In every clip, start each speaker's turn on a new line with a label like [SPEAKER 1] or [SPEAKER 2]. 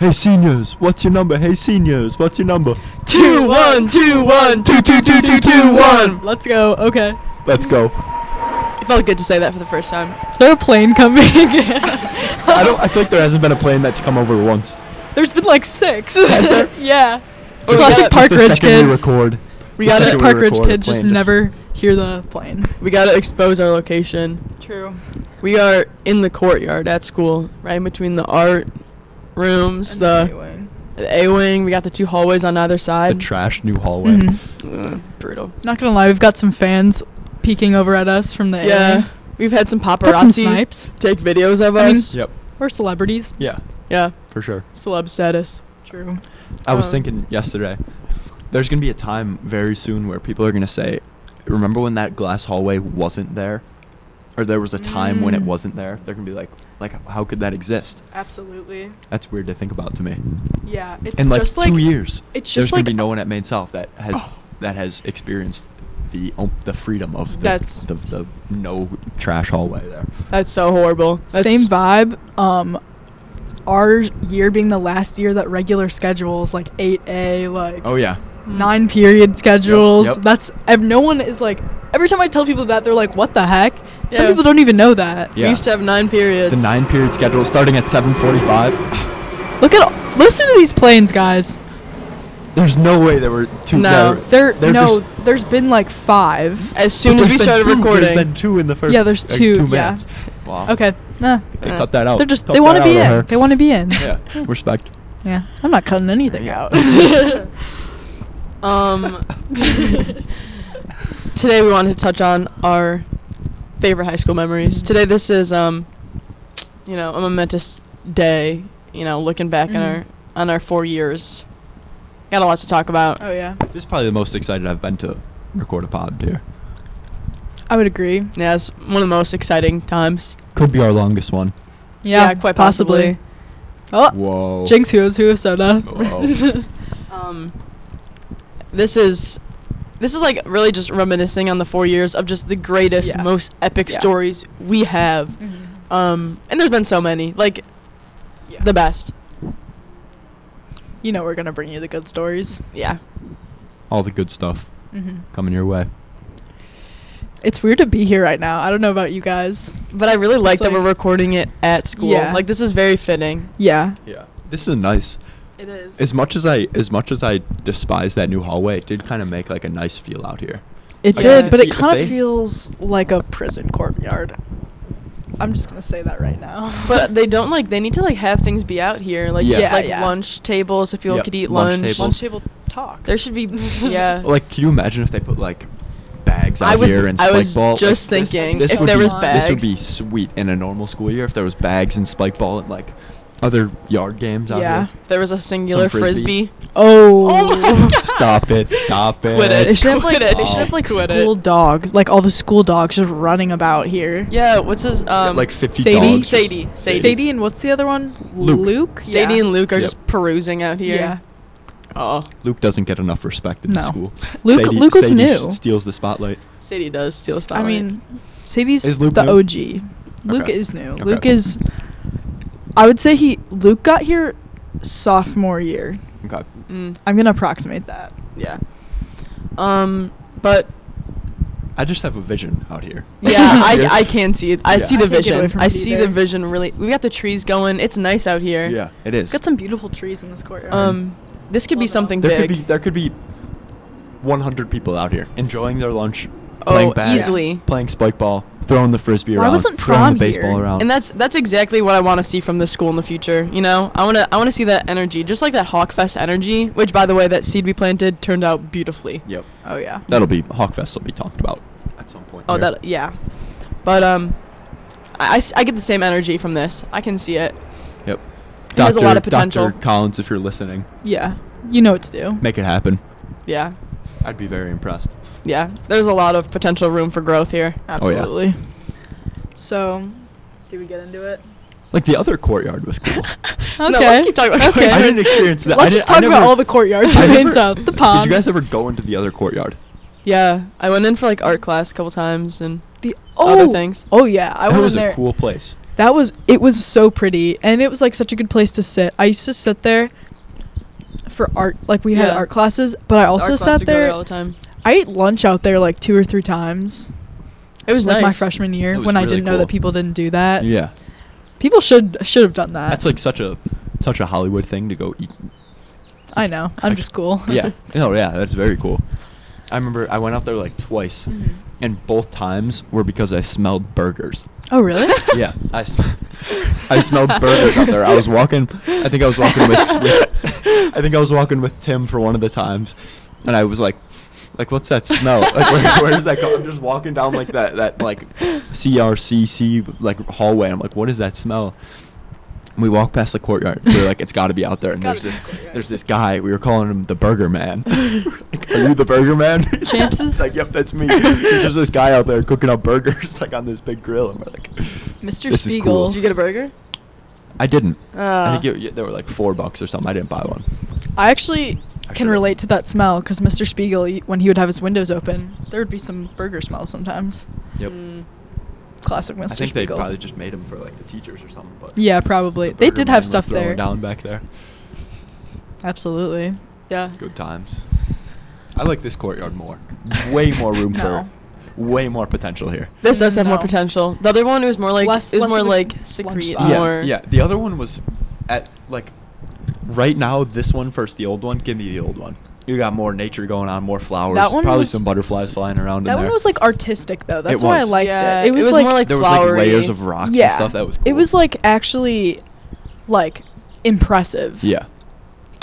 [SPEAKER 1] Hey seniors, what's your number? Hey seniors, what's your number?
[SPEAKER 2] Two, one, two, one, two, two, two, two, two, one.
[SPEAKER 3] Let's go. Okay.
[SPEAKER 1] Let's go.
[SPEAKER 2] It felt good to say that for the first time.
[SPEAKER 3] Is there a plane coming?
[SPEAKER 1] I don't. I feel like there hasn't been a plane that's come over once.
[SPEAKER 3] There's been like six.
[SPEAKER 1] Has there?
[SPEAKER 3] yeah.
[SPEAKER 1] Just
[SPEAKER 2] Classic
[SPEAKER 1] the- just
[SPEAKER 3] Park
[SPEAKER 1] the
[SPEAKER 3] Ridge
[SPEAKER 1] second We
[SPEAKER 3] kids.
[SPEAKER 1] record.
[SPEAKER 2] We
[SPEAKER 1] The
[SPEAKER 2] gotta,
[SPEAKER 1] second
[SPEAKER 3] Classic
[SPEAKER 1] we
[SPEAKER 3] Park Ridge
[SPEAKER 1] record, a
[SPEAKER 3] kids just
[SPEAKER 1] plane just-
[SPEAKER 3] never hear the plane.
[SPEAKER 2] we gotta expose our location.
[SPEAKER 3] True.
[SPEAKER 2] We are in the courtyard at school, right in between the art rooms, the the A wing. We got the two hallways on either
[SPEAKER 1] The
[SPEAKER 2] side.
[SPEAKER 1] trash new hallway.
[SPEAKER 2] Ugh, brutal.
[SPEAKER 3] Mm-hmm. Not gonna lie, we've got some fans peeking over at us from the air.
[SPEAKER 2] Yeah, we've had some
[SPEAKER 3] Got some
[SPEAKER 2] paparazzi
[SPEAKER 3] snipes.
[SPEAKER 2] take videos of
[SPEAKER 3] I mean-
[SPEAKER 2] us.
[SPEAKER 1] Yep.
[SPEAKER 3] We're celebrities.
[SPEAKER 1] Yeah,
[SPEAKER 2] yeah,
[SPEAKER 1] for sure.
[SPEAKER 2] celeb status.
[SPEAKER 3] True.
[SPEAKER 1] I
[SPEAKER 3] Oh.
[SPEAKER 1] was
[SPEAKER 2] Um,
[SPEAKER 1] thinking yesterday, there's gonna be a time very soon where people are gonna say, "Remember when that glass hallway wasn't there, or there was a time when it
[SPEAKER 3] Mm.
[SPEAKER 1] wasn't there?" They're gonna be like, "Like, how could that exist?"
[SPEAKER 3] Absolutely.
[SPEAKER 1] That's weird to think about to me.
[SPEAKER 3] Yeah. It's
[SPEAKER 1] In like two years,
[SPEAKER 3] it's
[SPEAKER 1] there's
[SPEAKER 3] just
[SPEAKER 1] gonna
[SPEAKER 3] like Oh.
[SPEAKER 1] be no one at Maine South that has that has experienced the um, the freedom of the,
[SPEAKER 2] That's-
[SPEAKER 1] the the no trash hallway there.
[SPEAKER 2] That's so horrible. That's
[SPEAKER 3] Same vibe. Um, our year being the last year that regular schedules like eight a like
[SPEAKER 1] Oh yeah,
[SPEAKER 3] nine period schedules.
[SPEAKER 1] Yep, yep.
[SPEAKER 3] That's ev- no one is like. Every time I tell people that, they're like, "What the heck?" Some
[SPEAKER 2] Yeah.
[SPEAKER 3] people don't even know that.
[SPEAKER 2] We
[SPEAKER 1] yeah.
[SPEAKER 2] used to have nine periods.
[SPEAKER 1] The nine period schedule starting at 7:45.
[SPEAKER 3] Look at all- listen to these planes, guys.
[SPEAKER 1] There's no way there were two.
[SPEAKER 2] No.
[SPEAKER 1] there-
[SPEAKER 3] There
[SPEAKER 1] They're
[SPEAKER 3] no,
[SPEAKER 1] just-
[SPEAKER 3] there's been like five.
[SPEAKER 2] As soon as we started recording,
[SPEAKER 1] there's been two in the first.
[SPEAKER 3] Yeah, there's
[SPEAKER 1] like,
[SPEAKER 3] two, yeah.
[SPEAKER 1] minutes. Wow.
[SPEAKER 3] Okay, nah,
[SPEAKER 1] They
[SPEAKER 2] Uh,
[SPEAKER 1] cut that out.
[SPEAKER 3] they're just
[SPEAKER 1] Cut
[SPEAKER 3] they
[SPEAKER 1] Oh, that
[SPEAKER 3] want to
[SPEAKER 1] out
[SPEAKER 3] be
[SPEAKER 1] of
[SPEAKER 3] in.
[SPEAKER 1] her.
[SPEAKER 3] They want to be in.
[SPEAKER 1] Yeah. Respect.
[SPEAKER 3] yeah, I'm not cutting anything out.
[SPEAKER 2] Um, today we wanted to touch on our favorite high school memories.
[SPEAKER 3] Mhm.
[SPEAKER 2] Today this is um, you know, a momentous day. You know, looking back on
[SPEAKER 3] Mhm.
[SPEAKER 2] our on our four years, got a lot to talk about.
[SPEAKER 3] oh yeah,
[SPEAKER 1] This is probably the most excited I've been to record a pod here.
[SPEAKER 3] I would agree.
[SPEAKER 2] Yeah, it's one of the most exciting times.
[SPEAKER 1] Could be our longest one.
[SPEAKER 3] Yeah,
[SPEAKER 2] quite possibly.
[SPEAKER 3] Oh,
[SPEAKER 1] Whoa. Oh,
[SPEAKER 3] Jinx, who is who is soda?
[SPEAKER 1] Whoa.
[SPEAKER 2] Um, this is. This is like really just reminiscing on the four years of just the greatest,
[SPEAKER 3] Yeah.
[SPEAKER 2] most epic
[SPEAKER 3] Yeah.
[SPEAKER 2] stories we have. Um, and there's been so many, like
[SPEAKER 3] Yeah.
[SPEAKER 2] the best.
[SPEAKER 3] You know we're gonna bring you the good stories.
[SPEAKER 2] Yeah.
[SPEAKER 1] All the good stuff
[SPEAKER 3] Mm-hmm.
[SPEAKER 1] coming your way.
[SPEAKER 3] It's weird to be here right now. I don't know about you guys.
[SPEAKER 2] But I really like
[SPEAKER 3] It's
[SPEAKER 2] that
[SPEAKER 3] like-
[SPEAKER 2] we're recording it at school.
[SPEAKER 3] Yeah.
[SPEAKER 2] Like this is very fitting.
[SPEAKER 3] Yeah.
[SPEAKER 1] Yeah. This is nice.
[SPEAKER 2] It is.
[SPEAKER 1] As much as I as much as I despise that new hallway, it did kind of make like a nice feel out here.
[SPEAKER 3] It
[SPEAKER 2] I
[SPEAKER 3] did,
[SPEAKER 2] guess
[SPEAKER 3] but
[SPEAKER 1] if
[SPEAKER 3] it kind
[SPEAKER 1] they-
[SPEAKER 3] of feels like a prison courtyard. I'm just gonna say that right now.
[SPEAKER 2] but they don't like they need to like have things be out here. Like
[SPEAKER 1] Yeah.
[SPEAKER 3] Yeah,
[SPEAKER 2] like
[SPEAKER 3] yeah.
[SPEAKER 2] lunch tables so people
[SPEAKER 1] Yep,
[SPEAKER 2] could eat
[SPEAKER 1] lunch
[SPEAKER 2] lunch.
[SPEAKER 1] tables.
[SPEAKER 3] lunch table talk.
[SPEAKER 2] There should be yeah.
[SPEAKER 1] Like, can you imagine if they put like bags out
[SPEAKER 2] I was-
[SPEAKER 1] here and
[SPEAKER 2] I
[SPEAKER 1] spike
[SPEAKER 2] was
[SPEAKER 1] ball? Like,
[SPEAKER 2] just
[SPEAKER 1] this-
[SPEAKER 2] thinking
[SPEAKER 1] this
[SPEAKER 3] if
[SPEAKER 1] would
[SPEAKER 3] there
[SPEAKER 1] be-
[SPEAKER 3] was
[SPEAKER 1] This would be
[SPEAKER 2] bags.
[SPEAKER 1] sweet in a normal school year if there was bags and spike ball and like other yard games out
[SPEAKER 3] Yeah.
[SPEAKER 1] here.
[SPEAKER 2] There was a singular
[SPEAKER 1] Some
[SPEAKER 2] frisbee.
[SPEAKER 1] frisbees.
[SPEAKER 3] Oh.
[SPEAKER 2] Oh my god.
[SPEAKER 1] Stop it! Stop it!
[SPEAKER 2] Quit it.
[SPEAKER 3] They should have like,
[SPEAKER 2] Quit it.
[SPEAKER 3] they should have like
[SPEAKER 2] Quit it.
[SPEAKER 3] school dogs, like all the school dogs just running about here.
[SPEAKER 2] Yeah, what's his um
[SPEAKER 1] like fifty
[SPEAKER 3] Sadie?
[SPEAKER 1] dogs. just-
[SPEAKER 2] Sadie. Sadie. Sadie,
[SPEAKER 3] Sadie and what's the other one?
[SPEAKER 1] Luke.
[SPEAKER 3] Yeah.
[SPEAKER 2] and Luke are
[SPEAKER 1] Yep.
[SPEAKER 2] just perusing out here.
[SPEAKER 3] Yeah.
[SPEAKER 2] Oh.
[SPEAKER 1] Luke doesn't get enough respect in the
[SPEAKER 3] No.
[SPEAKER 1] school.
[SPEAKER 3] Luke-
[SPEAKER 1] Sadie,
[SPEAKER 3] Luke was
[SPEAKER 1] Sadie
[SPEAKER 3] new.
[SPEAKER 1] Steals the spotlight.
[SPEAKER 2] Sadie does steal a
[SPEAKER 3] I
[SPEAKER 2] spotlight.
[SPEAKER 3] mean, Sadie's
[SPEAKER 1] Is Luke
[SPEAKER 3] the
[SPEAKER 1] new?
[SPEAKER 3] OG. Luke
[SPEAKER 1] Okay.
[SPEAKER 3] is new.
[SPEAKER 1] Okay.
[SPEAKER 3] Luke is. I would say he Luke got here sophomore year.
[SPEAKER 1] Okay.
[SPEAKER 2] mm,
[SPEAKER 3] I'm gonna approximate that.
[SPEAKER 2] yeah. Um but
[SPEAKER 1] I just have a vision out here.
[SPEAKER 2] Yeah, I, I can see it. I
[SPEAKER 1] Yeah.
[SPEAKER 2] see
[SPEAKER 1] I
[SPEAKER 2] the
[SPEAKER 3] can't get away
[SPEAKER 2] vision.
[SPEAKER 3] from
[SPEAKER 2] I
[SPEAKER 3] it
[SPEAKER 2] see the
[SPEAKER 3] either.
[SPEAKER 2] vision really. We got the trees going. It's nice out here.
[SPEAKER 1] Yeah, it is.
[SPEAKER 3] Got some beautiful trees in this courtyard.
[SPEAKER 1] Oh,
[SPEAKER 2] Um, this could be
[SPEAKER 3] Love it.
[SPEAKER 2] something
[SPEAKER 1] There could
[SPEAKER 2] big.
[SPEAKER 1] be there could be 100 people out here enjoying their lunch,
[SPEAKER 2] Oh,
[SPEAKER 1] playing bass,
[SPEAKER 2] easily.
[SPEAKER 1] playing spike ball, throwing the frisbee
[SPEAKER 3] Why
[SPEAKER 1] around,
[SPEAKER 3] wasn't
[SPEAKER 1] throwing the
[SPEAKER 3] prom
[SPEAKER 1] baseball
[SPEAKER 3] here?
[SPEAKER 1] around.
[SPEAKER 2] and that's that's exactly what I want to see from the school in the future. You know, I wanna I wanna see that energy, just like that Hawkfest energy. Which, by the way, that seed we planted turned out beautifully.
[SPEAKER 1] yep,
[SPEAKER 3] oh yeah.
[SPEAKER 1] that'll be Hawkfest will be talked about at some point.
[SPEAKER 2] Oh,
[SPEAKER 1] here.
[SPEAKER 2] that yeah. But um, I, I s- I get the same energy from this. I can see it.
[SPEAKER 1] yep.
[SPEAKER 2] It has a lot of potential.
[SPEAKER 1] Dr. Collins, if you're listening,
[SPEAKER 3] Yeah. You know what to do.
[SPEAKER 1] make it happen.
[SPEAKER 2] Yeah,
[SPEAKER 1] I'd be very impressed.
[SPEAKER 2] yeah. There's a lot of potential room for growth here.
[SPEAKER 1] Oh,
[SPEAKER 3] Absolutely. So, do we get into it?
[SPEAKER 1] Like the other courtyard was cool.
[SPEAKER 3] Okay.
[SPEAKER 2] No, let's keep talking about
[SPEAKER 3] Okay.
[SPEAKER 1] I didn't experience that. I
[SPEAKER 3] Let's just
[SPEAKER 1] didn't- I
[SPEAKER 3] talk about
[SPEAKER 1] never-
[SPEAKER 3] all the courtyards
[SPEAKER 1] I
[SPEAKER 3] in Maine
[SPEAKER 1] never-
[SPEAKER 3] South. The pond.
[SPEAKER 1] Did you guys ever go into the other courtyard?
[SPEAKER 2] Yeah, I went in for like art class a couple times and
[SPEAKER 3] the
[SPEAKER 2] other
[SPEAKER 3] oh
[SPEAKER 2] things.
[SPEAKER 3] oh yeah I
[SPEAKER 1] that
[SPEAKER 3] went
[SPEAKER 1] was
[SPEAKER 3] in there.
[SPEAKER 1] a cool place.
[SPEAKER 4] that was it was so pretty and it was like such a good place to sit. I used to sit there for art like we had
[SPEAKER 2] Yeah.
[SPEAKER 4] art classes, but I also
[SPEAKER 2] Our class
[SPEAKER 4] sat
[SPEAKER 2] would go
[SPEAKER 4] there.
[SPEAKER 2] all the time.
[SPEAKER 4] I ate lunch out there like two or three times.
[SPEAKER 2] It was
[SPEAKER 4] like
[SPEAKER 2] nice.
[SPEAKER 4] my freshman year
[SPEAKER 1] It was
[SPEAKER 4] when I
[SPEAKER 1] really
[SPEAKER 4] didn't know
[SPEAKER 1] cool.
[SPEAKER 4] that people didn't do that.
[SPEAKER 1] yeah,
[SPEAKER 4] People should should have done that.
[SPEAKER 1] that's like such a such a Hollywood thing to go eat.
[SPEAKER 4] I know. I'm just cool.
[SPEAKER 1] Yeah, no, yeah, that's very cool. I remember I went out there like twice,
[SPEAKER 2] Mhm.
[SPEAKER 1] and both times were because I smelled burgers.
[SPEAKER 4] oh really?
[SPEAKER 1] yeah, I, sm- I smelled burgers out there. I was walking. I think I was walking with, with. I think I was walking with Tim for one of the times, and I was like, like, what's that smell? Like, where, where is that? Go-? I'm just walking down like that, that like CRCC like hallway. I'm like, what is that smell? And we walk past the courtyard. We We're like, it's got to be out there. And
[SPEAKER 2] Gotta
[SPEAKER 1] there's
[SPEAKER 2] be
[SPEAKER 1] this,
[SPEAKER 2] the courtyard.
[SPEAKER 1] there's this guy. We were calling him the Burger Man. Like, Are you the Burger Man? He's
[SPEAKER 4] Chances?
[SPEAKER 1] like, yep, that's me. There's just this guy out there cooking up burgers like on this big grill, and we're like,
[SPEAKER 4] Mr.
[SPEAKER 1] This is
[SPEAKER 4] Spiegel.
[SPEAKER 1] cool.
[SPEAKER 2] Did you get a burger?
[SPEAKER 1] I didn't.
[SPEAKER 2] Uh,
[SPEAKER 1] I think it, it- they were like four bucks or something. I didn't buy one.
[SPEAKER 4] I actually can
[SPEAKER 1] should've.
[SPEAKER 4] relate to that smell because Mr. Spiegel, he- when he would have his windows open, there would be some burger smell sometimes.
[SPEAKER 1] Yep.
[SPEAKER 2] mm.
[SPEAKER 4] Classic Mr.
[SPEAKER 1] I think they
[SPEAKER 4] Spiegel.
[SPEAKER 1] probably just made them for like the teachers or something. But
[SPEAKER 4] yeah, probably.
[SPEAKER 1] the
[SPEAKER 4] They
[SPEAKER 1] Burger
[SPEAKER 4] did
[SPEAKER 1] Man
[SPEAKER 4] have
[SPEAKER 1] was
[SPEAKER 4] stuff
[SPEAKER 1] throwing
[SPEAKER 4] there.
[SPEAKER 1] Down back there.
[SPEAKER 4] Absolutely.
[SPEAKER 2] Yeah.
[SPEAKER 1] Good times. I like this courtyard more. Way more room
[SPEAKER 4] No.
[SPEAKER 1] for. Way more potential here.
[SPEAKER 2] This does have more
[SPEAKER 4] Mm, No.
[SPEAKER 2] potential. The other one was more like
[SPEAKER 4] Less-
[SPEAKER 2] it was
[SPEAKER 4] less
[SPEAKER 2] more
[SPEAKER 4] of a
[SPEAKER 2] like
[SPEAKER 4] lunch
[SPEAKER 2] secrete
[SPEAKER 4] spot. Yeah,
[SPEAKER 2] more.
[SPEAKER 1] Yeah, the other one was at like right now. This one first, the old one. Give me the old one. You got more nature going on, more flowers.
[SPEAKER 4] That one
[SPEAKER 1] probably
[SPEAKER 4] was-
[SPEAKER 1] some butterflies flying around.
[SPEAKER 4] That
[SPEAKER 1] in there.
[SPEAKER 4] one was like artistic though. That's why I
[SPEAKER 1] was.
[SPEAKER 4] liked
[SPEAKER 2] Yeah,
[SPEAKER 4] it. It was, like,
[SPEAKER 2] more like
[SPEAKER 1] there was
[SPEAKER 2] flowery.
[SPEAKER 1] like layers of rocks
[SPEAKER 4] yeah.
[SPEAKER 1] and stuff. That was. Cool.
[SPEAKER 4] It was like actually like impressive.
[SPEAKER 1] Yeah.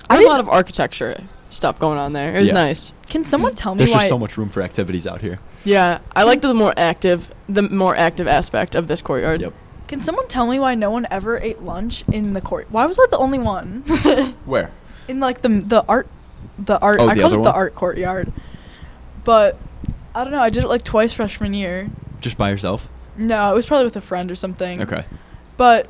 [SPEAKER 4] I
[SPEAKER 2] There was a lot
[SPEAKER 4] didn't-
[SPEAKER 2] of architecture stuff going on there. It was
[SPEAKER 1] Yeah.
[SPEAKER 2] nice.
[SPEAKER 4] Can someone tell me
[SPEAKER 1] There's
[SPEAKER 4] why
[SPEAKER 1] just so much room for activities out here.
[SPEAKER 2] Yeah, I liked the more active, the more active aspect of this courtyard.
[SPEAKER 1] Yep.
[SPEAKER 4] Can someone tell me why no one ever ate lunch in the court? Why was I the only one?
[SPEAKER 1] Where?
[SPEAKER 4] in like the the art the art
[SPEAKER 1] Oh,
[SPEAKER 4] I
[SPEAKER 1] the
[SPEAKER 4] called
[SPEAKER 1] other
[SPEAKER 4] it
[SPEAKER 1] one?
[SPEAKER 4] the art courtyard. But I don't know, I did it like twice freshman year.
[SPEAKER 1] Just by yourself?
[SPEAKER 4] No, it was probably with a friend or something.
[SPEAKER 1] Okay.
[SPEAKER 4] But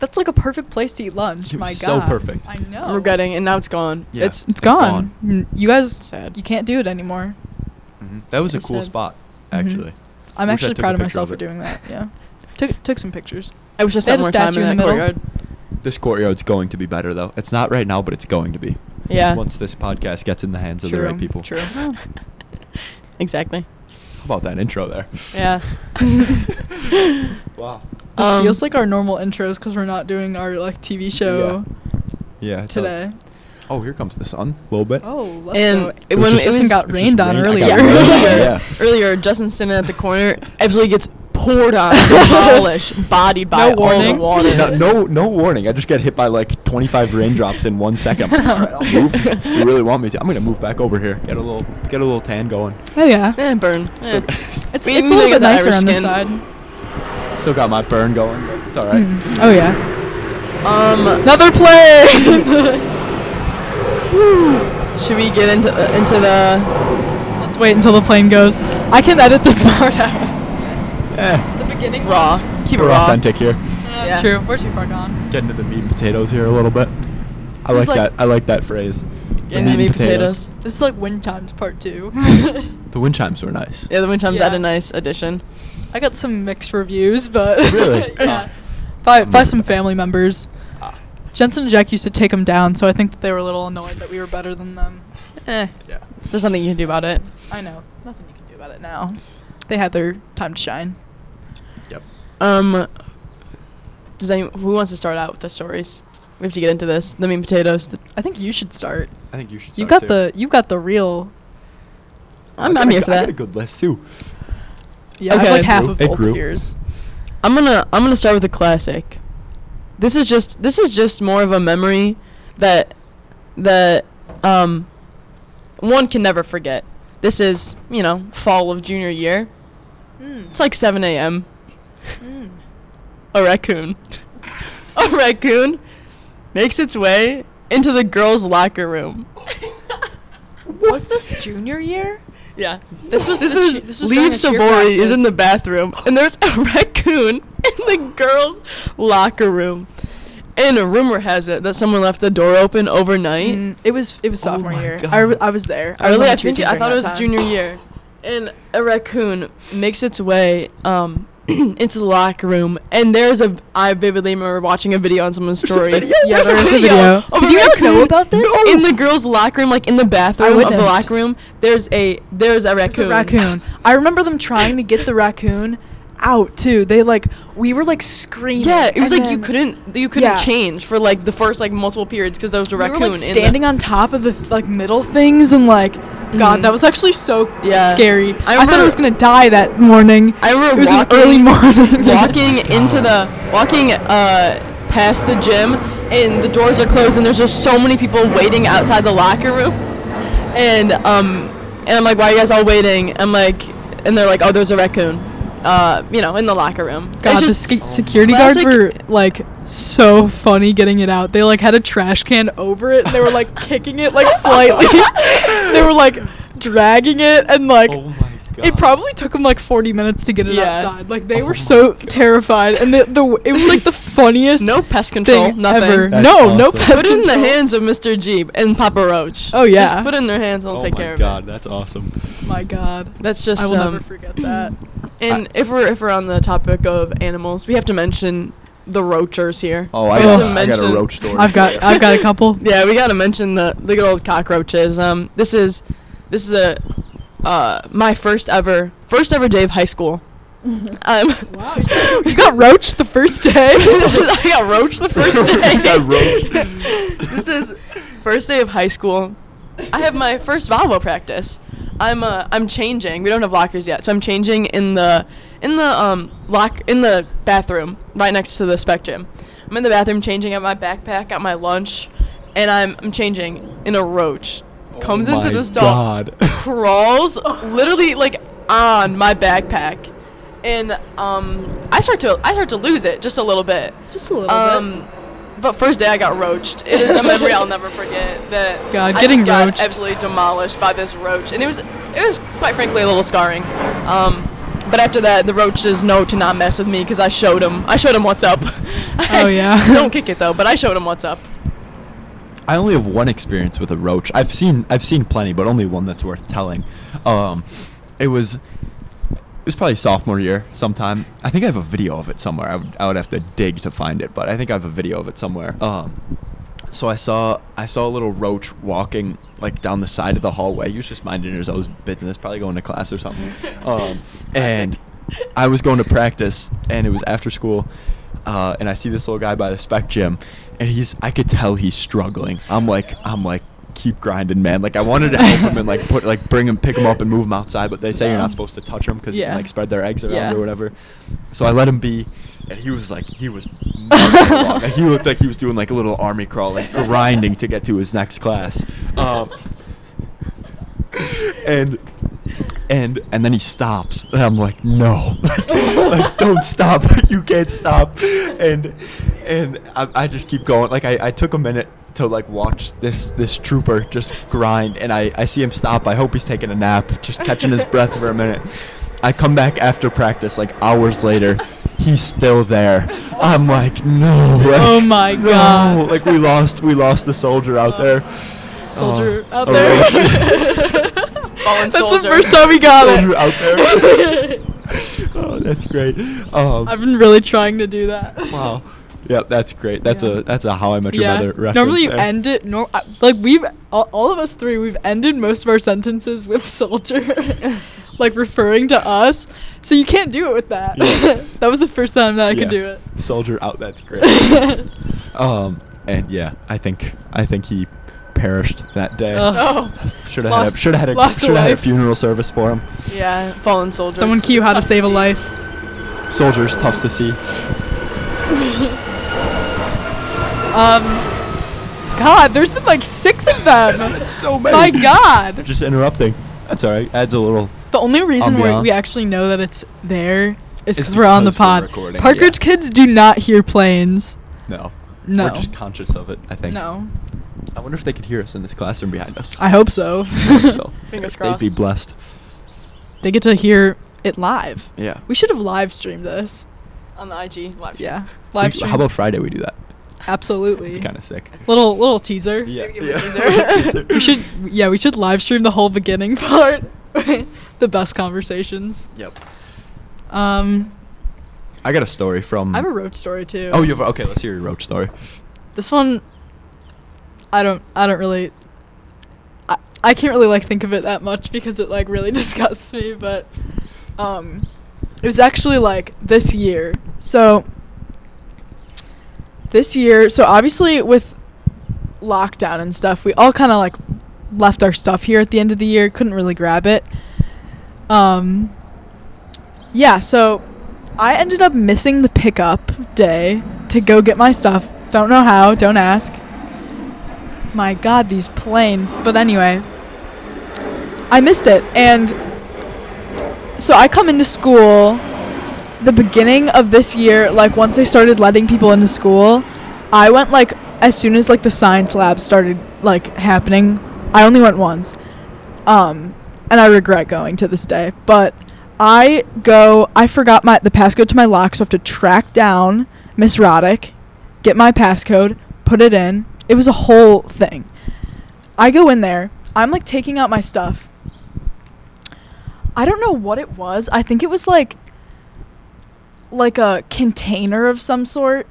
[SPEAKER 4] that's like a perfect place to eat lunch.
[SPEAKER 1] It
[SPEAKER 4] my
[SPEAKER 1] was so
[SPEAKER 4] god.
[SPEAKER 1] perfect.
[SPEAKER 4] I know.
[SPEAKER 2] I'm regretting, and now it's gone.
[SPEAKER 1] Yeah.
[SPEAKER 2] It's
[SPEAKER 4] it's gone. N- You guys
[SPEAKER 2] Sad.
[SPEAKER 4] you can't do it anymore.
[SPEAKER 1] Mhm. That was a
[SPEAKER 4] It's
[SPEAKER 1] cool
[SPEAKER 4] sad.
[SPEAKER 1] spot,
[SPEAKER 4] Mhm.
[SPEAKER 1] actually.
[SPEAKER 4] I'm
[SPEAKER 1] Wish I
[SPEAKER 4] actually
[SPEAKER 1] took a
[SPEAKER 4] proud of
[SPEAKER 1] picture
[SPEAKER 4] myself
[SPEAKER 1] of
[SPEAKER 4] for
[SPEAKER 1] it.
[SPEAKER 4] doing that. Yeah. Took took some pictures.
[SPEAKER 2] I wish I
[SPEAKER 4] They
[SPEAKER 2] spent
[SPEAKER 4] had a
[SPEAKER 2] more time
[SPEAKER 4] statue
[SPEAKER 2] in,
[SPEAKER 4] in
[SPEAKER 2] that
[SPEAKER 4] the middle.
[SPEAKER 2] courtyard.
[SPEAKER 1] This courtyard's going to be better, though. It's not right now, but it's going to be.
[SPEAKER 2] Yeah.
[SPEAKER 1] Once this podcast gets in the hands of the right people.
[SPEAKER 4] True.
[SPEAKER 2] Exactly.
[SPEAKER 1] How about that intro there?
[SPEAKER 2] Yeah.
[SPEAKER 1] Wow.
[SPEAKER 4] This
[SPEAKER 2] Um,
[SPEAKER 4] feels like our normal intros because we're not doing our like TV show
[SPEAKER 1] Yeah. it does.
[SPEAKER 4] today.
[SPEAKER 1] Oh, here comes the sun a little bit.
[SPEAKER 4] Oh, let's
[SPEAKER 2] and
[SPEAKER 4] go.
[SPEAKER 2] it,
[SPEAKER 1] It was
[SPEAKER 2] when
[SPEAKER 1] just-
[SPEAKER 2] it was
[SPEAKER 1] Justin
[SPEAKER 4] got
[SPEAKER 1] It was
[SPEAKER 4] rained
[SPEAKER 1] just
[SPEAKER 4] on
[SPEAKER 1] rain- I
[SPEAKER 4] earlier.
[SPEAKER 2] yeah,
[SPEAKER 1] got
[SPEAKER 2] earlier,
[SPEAKER 1] rained on, yeah.
[SPEAKER 2] earlier, Justin standing at the corner absolutely gets poured on, demolished, bodied by
[SPEAKER 4] No
[SPEAKER 2] all the
[SPEAKER 4] warning.
[SPEAKER 2] water.
[SPEAKER 1] Oh, No, no, no warning. I just got hit by like 25 raindrops in one second. All right, I'll move. you really want me to? I'm gonna move back over here. Get a little, get a little tan going.
[SPEAKER 4] Oh yeah,
[SPEAKER 2] Eh, burn.
[SPEAKER 1] Still,
[SPEAKER 2] Eh.
[SPEAKER 4] it's,
[SPEAKER 2] We
[SPEAKER 4] it's a
[SPEAKER 2] even
[SPEAKER 4] little
[SPEAKER 2] got
[SPEAKER 4] bit
[SPEAKER 2] the
[SPEAKER 4] nicer
[SPEAKER 2] Irish
[SPEAKER 4] on this
[SPEAKER 2] skin.
[SPEAKER 4] side.
[SPEAKER 1] still got my burn going. But it's all right.
[SPEAKER 2] Hmm.
[SPEAKER 4] Mm. Oh yeah,
[SPEAKER 2] Um,
[SPEAKER 4] another plane.
[SPEAKER 2] should we get into uh, into the?
[SPEAKER 4] let's wait until the plane goes. I can edit this part out.
[SPEAKER 1] Eh,
[SPEAKER 4] The beginning uh,
[SPEAKER 2] Raw. Keep it
[SPEAKER 1] we're
[SPEAKER 2] raw.
[SPEAKER 1] authentic here.
[SPEAKER 2] Yeah.
[SPEAKER 4] True, we're too far gone.
[SPEAKER 1] Get into the meat and potatoes here a little bit. I
[SPEAKER 2] This
[SPEAKER 1] like,
[SPEAKER 2] is like-
[SPEAKER 1] that. I like that phrase.
[SPEAKER 2] Yeah, the meat potatoes.
[SPEAKER 4] This is like wind chimes part two.
[SPEAKER 1] The wind chimes were nice.
[SPEAKER 2] Yeah, the wind chimes
[SPEAKER 4] Yeah.
[SPEAKER 2] add a nice addition.
[SPEAKER 4] I got some mixed reviews, but
[SPEAKER 1] Really?
[SPEAKER 4] yeah,
[SPEAKER 1] Ah.
[SPEAKER 4] by
[SPEAKER 1] I'm
[SPEAKER 4] by
[SPEAKER 1] with
[SPEAKER 4] some
[SPEAKER 1] that.
[SPEAKER 4] family members.
[SPEAKER 1] Ah.
[SPEAKER 4] Jensen and Jack used to take them down, so I think that they were a little annoyed that we were better than them. Eh,
[SPEAKER 1] Yeah.
[SPEAKER 2] There's nothing you can do about it.
[SPEAKER 4] I know. Nothing you can do about it now. They had their time to shine.
[SPEAKER 1] Yep.
[SPEAKER 2] Um, does anyone who wants to start out with the stories? We have to get into this. The meat and potatoes. The,
[SPEAKER 4] I think you should start.
[SPEAKER 1] I think you should.
[SPEAKER 4] you
[SPEAKER 1] start,
[SPEAKER 4] got
[SPEAKER 1] too.
[SPEAKER 4] the you got the real.
[SPEAKER 2] I'm,
[SPEAKER 1] I
[SPEAKER 2] I'm
[SPEAKER 1] got-
[SPEAKER 2] here for
[SPEAKER 1] I got a
[SPEAKER 2] that.
[SPEAKER 1] good list too.
[SPEAKER 4] Yeah, I have
[SPEAKER 2] Okay.
[SPEAKER 4] like half
[SPEAKER 1] It
[SPEAKER 4] of
[SPEAKER 1] grew.
[SPEAKER 4] both
[SPEAKER 1] It grew.
[SPEAKER 4] of yours.
[SPEAKER 2] I'm gonna I'm gonna start with a classic. This is just this is just more of a memory that that um one can never forget. This is you know fall of junior year.
[SPEAKER 4] Hmm,
[SPEAKER 2] It's like 7 a.m. A raccoon, a raccoon, makes its way into the girls' locker room.
[SPEAKER 4] Was this junior year?
[SPEAKER 2] Yeah. This was this
[SPEAKER 4] the
[SPEAKER 2] is
[SPEAKER 4] che- this was during
[SPEAKER 2] Leave
[SPEAKER 4] the cheer
[SPEAKER 2] Savory is in
[SPEAKER 4] practice.
[SPEAKER 2] the bathroom and there's a raccoon in the girls' locker room. And a rumor has it that someone left the door open overnight.
[SPEAKER 4] it was it was
[SPEAKER 1] Oh
[SPEAKER 4] sophomore
[SPEAKER 1] my
[SPEAKER 4] year.
[SPEAKER 1] God.
[SPEAKER 4] I, re- Mm, I was there.
[SPEAKER 2] I
[SPEAKER 4] was
[SPEAKER 2] really
[SPEAKER 4] on
[SPEAKER 2] I
[SPEAKER 4] the cheer
[SPEAKER 2] think
[SPEAKER 4] team
[SPEAKER 2] I
[SPEAKER 4] during
[SPEAKER 2] thought
[SPEAKER 4] that
[SPEAKER 2] it was
[SPEAKER 4] time.
[SPEAKER 2] junior year. And a raccoon makes its way um into the locker room, and there's a. I vividly remember watching a video on someone's
[SPEAKER 1] There's a
[SPEAKER 2] story.
[SPEAKER 1] video?
[SPEAKER 2] Yeah,
[SPEAKER 3] There's a
[SPEAKER 2] there is
[SPEAKER 3] video.
[SPEAKER 2] of
[SPEAKER 5] Did
[SPEAKER 2] a
[SPEAKER 5] you not
[SPEAKER 2] raccoon
[SPEAKER 5] know about this?
[SPEAKER 2] In the girls' locker room, like in the bathroom of the
[SPEAKER 5] witnessed.
[SPEAKER 2] locker room, there's a there's a
[SPEAKER 3] There's
[SPEAKER 2] raccoon.
[SPEAKER 3] a raccoon. I remember them trying to get the raccoon out too. They like we were like screaming.
[SPEAKER 2] Yeah, it was
[SPEAKER 5] And
[SPEAKER 2] like you
[SPEAKER 5] then-
[SPEAKER 2] couldn't you couldn't
[SPEAKER 3] Yeah.
[SPEAKER 2] change for like the first like multiple periods because there was a
[SPEAKER 3] we
[SPEAKER 2] raccoon
[SPEAKER 3] were
[SPEAKER 2] in
[SPEAKER 3] like
[SPEAKER 2] the-
[SPEAKER 3] standing on top of the like middle things and like
[SPEAKER 2] Mhm.
[SPEAKER 3] God, that was actually so
[SPEAKER 2] Yeah.
[SPEAKER 3] scary.
[SPEAKER 2] I
[SPEAKER 3] I, thought
[SPEAKER 2] remember-
[SPEAKER 3] I was gonna die that morning.
[SPEAKER 2] I remember
[SPEAKER 3] it was
[SPEAKER 2] walking,
[SPEAKER 3] an early morning.
[SPEAKER 2] walking into the walking uh past the gym and the doors are closed and there's just so many people waiting outside the locker room and um and I'm like why are you guys all waiting I'm like and they're like oh there's a raccoon uh you know in the locker room
[SPEAKER 3] God,
[SPEAKER 2] it's just
[SPEAKER 3] the sec- security guards were
[SPEAKER 2] classic-
[SPEAKER 3] like so funny getting it out. They like had a trash can over it and they were like kicking it like slightly. they were like dragging it and like
[SPEAKER 1] oh my god.
[SPEAKER 3] it probably took them like 40 minutes to get it
[SPEAKER 2] Yeah.
[SPEAKER 3] outside. Like they
[SPEAKER 1] Oh
[SPEAKER 3] were
[SPEAKER 1] my
[SPEAKER 3] so
[SPEAKER 1] God.
[SPEAKER 3] terrified and the, the w- it was like the funniest
[SPEAKER 2] no pest control
[SPEAKER 3] thing
[SPEAKER 2] nothing
[SPEAKER 3] ever.
[SPEAKER 1] That's
[SPEAKER 3] no, no
[SPEAKER 1] awesome.
[SPEAKER 3] pest
[SPEAKER 2] put it in the
[SPEAKER 3] control.
[SPEAKER 2] hands of Mr. Jeep and Papa Roach
[SPEAKER 3] Oh, yeah.
[SPEAKER 2] just put it in their hands and they'll
[SPEAKER 1] Oh
[SPEAKER 2] take
[SPEAKER 1] my
[SPEAKER 2] care
[SPEAKER 1] god,
[SPEAKER 2] of it
[SPEAKER 1] that's awesome.
[SPEAKER 3] My god.
[SPEAKER 2] that's just
[SPEAKER 3] I will
[SPEAKER 2] um,
[SPEAKER 3] never forget that.
[SPEAKER 2] And if we're if we're on the topic of animals, we have to mention the roachers here.
[SPEAKER 1] Oh, I
[SPEAKER 2] We have
[SPEAKER 1] got,
[SPEAKER 2] to
[SPEAKER 1] I got a
[SPEAKER 2] mention-
[SPEAKER 1] roach story.
[SPEAKER 3] I've got I've got a couple.
[SPEAKER 2] Yeah, we gotta mention the the good old cockroaches. Um, this is this is a uh my first ever first ever day of high school. Um,
[SPEAKER 3] Wow, you, you got roached the first day.
[SPEAKER 2] this is I got roached the first day.
[SPEAKER 1] I got roached.
[SPEAKER 2] this is first day of high school. I have my first volleyball practice. I'm uh, I'm changing. We don't have lockers yet, so I'm changing in the in the um lock in the bathroom right next to the spec gym. I'm in the bathroom changing. Got my backpack, got my lunch, and I'm I'm changing. And a roach comes
[SPEAKER 1] Oh
[SPEAKER 2] into
[SPEAKER 1] my
[SPEAKER 2] the stall,
[SPEAKER 1] God.
[SPEAKER 2] crawls literally like on my backpack, and um I start to I start to lose it just a little bit.
[SPEAKER 3] Just a little
[SPEAKER 2] Um, but first day I got roached. It is a memory I'll never forget. That
[SPEAKER 3] God,
[SPEAKER 2] I
[SPEAKER 3] getting
[SPEAKER 2] just got
[SPEAKER 3] roached.
[SPEAKER 2] absolutely demolished by this roach, and it was it was quite frankly a little scarring. Um, but after that, the roach says no to not mess with me because I showed him. I showed him what's up.
[SPEAKER 3] Oh, yeah.
[SPEAKER 2] Don't kick it though. But I showed him what's up.
[SPEAKER 1] I only have one experience with a roach. I've seen I've seen plenty, but only one that's worth telling. Um, it was it was probably sophomore year sometime. I think I have a video of it somewhere. I would I would have to dig to find it, but I think I have a video of it somewhere. Um, so I saw I saw a little roach walking like down the side of the hallway. He was just minding his own business, probably going to class or something. Um, and I was going to practice, and it was after school. Uh, and I see this little guy by the spec gym, and he's I could tell he's struggling. I'm like I'm like keep grinding, man. Like I wanted to help him and like put like bring him, pick him up, and move him outside. But they say you're
[SPEAKER 3] Yeah.
[SPEAKER 1] not supposed to touch him because
[SPEAKER 3] Yeah.
[SPEAKER 1] like spread their eggs around
[SPEAKER 3] Yeah.
[SPEAKER 1] or whatever. So I let him be, and he was like he was marching along. Like, he looked like he was doing like a little army crawl, like grinding to get to his next class. Um, and and and then he stops and i'm like no like, like, don't stop you can't stop and and I, I just keep going like I, I took a minute to like watch this this trooper just grind and I, I see him stop i hope he's taking a nap just catching his breath for a minute i come back after practice like hours later he's still there i'm like no like,
[SPEAKER 3] Oh my
[SPEAKER 1] no.
[SPEAKER 3] God.
[SPEAKER 1] like we lost we lost the soldier out there
[SPEAKER 3] soldier
[SPEAKER 1] Oh,
[SPEAKER 3] out
[SPEAKER 1] a
[SPEAKER 3] there.
[SPEAKER 1] roach.
[SPEAKER 2] Fallen
[SPEAKER 3] That's
[SPEAKER 2] soldier.
[SPEAKER 3] the first time we got
[SPEAKER 1] soldier
[SPEAKER 3] it.
[SPEAKER 1] out there. oh, that's great. Um,
[SPEAKER 3] I've been really trying to do that.
[SPEAKER 1] wow. Yeah, that's great. That's
[SPEAKER 3] Yeah.
[SPEAKER 1] a that's a How I Met Your
[SPEAKER 3] Yeah.
[SPEAKER 1] Mother reference.
[SPEAKER 3] Normally you
[SPEAKER 1] there.
[SPEAKER 3] end it. Nor- I- like we've all, all of us three, we've ended most of our sentences with soldier, like referring to us. So you can't do it with that.
[SPEAKER 1] Yeah.
[SPEAKER 3] that was the first time that I could
[SPEAKER 1] Yeah.
[SPEAKER 3] do it.
[SPEAKER 1] Soldier out. That's great. um, and yeah, I think I think he perished that day.
[SPEAKER 3] Ugh.
[SPEAKER 2] oh,
[SPEAKER 1] should have had a,
[SPEAKER 3] lost-
[SPEAKER 1] should have had a
[SPEAKER 3] lost a
[SPEAKER 1] should have had a
[SPEAKER 3] life.
[SPEAKER 1] funeral service for him.
[SPEAKER 2] yeah, fallen soldier.
[SPEAKER 3] Someone
[SPEAKER 2] It's-
[SPEAKER 3] cue
[SPEAKER 2] it's
[SPEAKER 3] how to
[SPEAKER 2] tough
[SPEAKER 3] save a
[SPEAKER 2] see.
[SPEAKER 3] life.
[SPEAKER 1] Soldiers, tough to see.
[SPEAKER 3] Um, God, there's been like six of them.
[SPEAKER 1] There's been so many.
[SPEAKER 3] My God.
[SPEAKER 1] Just interrupting. That's all right. Adds a little.
[SPEAKER 3] The only reason we
[SPEAKER 1] Ambiance.
[SPEAKER 3] we actually know that it's there is
[SPEAKER 1] It's
[SPEAKER 3] because we're on the
[SPEAKER 1] because we're
[SPEAKER 3] pod.
[SPEAKER 1] recording,
[SPEAKER 3] Parker
[SPEAKER 1] yeah.
[SPEAKER 3] kids do not hear planes.
[SPEAKER 1] No.
[SPEAKER 3] No.
[SPEAKER 1] We're just conscious of it. I think.
[SPEAKER 3] No.
[SPEAKER 1] I wonder if they could hear us in this classroom behind us.
[SPEAKER 3] I hope so.
[SPEAKER 1] hope so.
[SPEAKER 2] Fingers
[SPEAKER 1] They'd
[SPEAKER 2] crossed.
[SPEAKER 1] be blessed.
[SPEAKER 3] they get to hear it live.
[SPEAKER 1] Yeah.
[SPEAKER 3] We should have live streamed this.
[SPEAKER 2] on the IG live. stream.
[SPEAKER 3] Yeah. Live
[SPEAKER 1] We-
[SPEAKER 3] stream.
[SPEAKER 1] How about Friday we do that?
[SPEAKER 3] Absolutely.
[SPEAKER 1] Kind of sick.
[SPEAKER 3] Little little teaser.
[SPEAKER 2] give a teaser.
[SPEAKER 3] We should yeah, we should live stream the whole beginning part. the best conversations.
[SPEAKER 1] Yep.
[SPEAKER 3] Um
[SPEAKER 1] I got a story from.
[SPEAKER 4] I have a roach story too.
[SPEAKER 1] Oh, you have. Okay, let's hear your roach story.
[SPEAKER 4] This one, I don't, I don't really, I, I can't really like think of it that much because it like really disgusts me. But, um, it was actually like this year. So, this year, so obviously with lockdown and stuff, we all kind of like left our stuff here at the end of the year. Couldn't really grab it. Um, yeah, so I ended up missing the pickup day to go get my stuff. Don't know how, don't ask. My god, these planes. But anyway, I missed it. And so I come into school the beginning of this year, like once they started letting people into school, I went like as soon as like the science lab started like happening. I only went once. Um and I regret going to this day, but I go. I forgot my the passcode to my lock, so I have to track down Miss Roddick, get my passcode, put it in. It was a whole thing. I go in there. I'm like taking out my stuff. I don't know what it was. I think it was like like a container of some sort.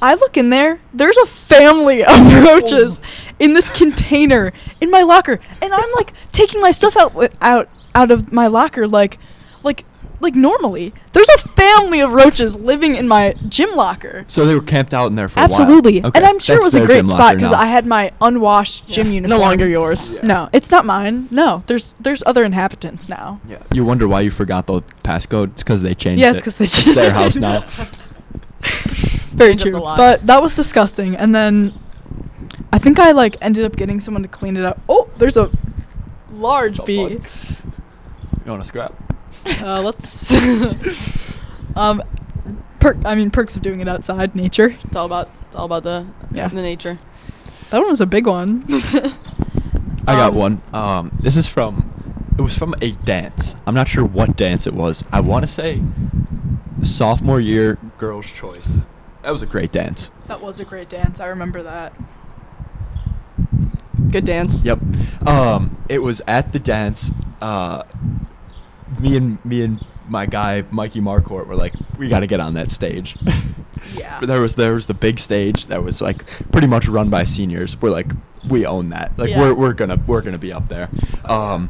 [SPEAKER 4] I look in there. There's a family of roaches in this container in my locker, and I'm like taking my stuff out wi- out out of my locker like like like normally. There's a family of roaches living in my gym locker.
[SPEAKER 1] So they were camped out in there for
[SPEAKER 4] Absolutely,
[SPEAKER 1] a while.
[SPEAKER 4] and I'm sure it was a great spot
[SPEAKER 1] because
[SPEAKER 4] because I had my unwashed gym
[SPEAKER 2] No
[SPEAKER 4] uniform.
[SPEAKER 2] longer yours.
[SPEAKER 4] No, it's not mine. No, there's there's other inhabitants now.
[SPEAKER 1] Yeah. You wonder why you forgot the passcode? It's because they changed.
[SPEAKER 4] Yeah,
[SPEAKER 1] it.
[SPEAKER 4] it's 'cause they
[SPEAKER 1] It's their house now.
[SPEAKER 4] Very
[SPEAKER 2] Change up
[SPEAKER 4] true.
[SPEAKER 2] the locks.
[SPEAKER 4] But that was disgusting. And then I think I like ended up getting someone to clean it up. Oh, there's a large
[SPEAKER 1] Oh,
[SPEAKER 4] bee.
[SPEAKER 1] You want to scrap?
[SPEAKER 4] Uh, let's. um, per- I mean perks of doing it outside nature.
[SPEAKER 2] It's all about it's all about the
[SPEAKER 4] Yeah.
[SPEAKER 2] the nature.
[SPEAKER 4] That one was a big one.
[SPEAKER 1] I got
[SPEAKER 4] Um,
[SPEAKER 1] one. Um, this is from. It was from a dance. I'm not sure what dance it was. I want to say sophomore year girls' choice. That was a great dance.
[SPEAKER 4] that was a great dance. I remember that.
[SPEAKER 2] Good dance.
[SPEAKER 1] Yep. Um, it was at the dance. Uh, me and me and my guy Mikey Marcourt were like, we got to get on that stage.
[SPEAKER 4] Yeah.
[SPEAKER 1] But there was there was the big stage that was like pretty much run by seniors. We're like we own that. Like
[SPEAKER 2] Yeah.
[SPEAKER 1] we're we're gonna we're gonna be up there. Um,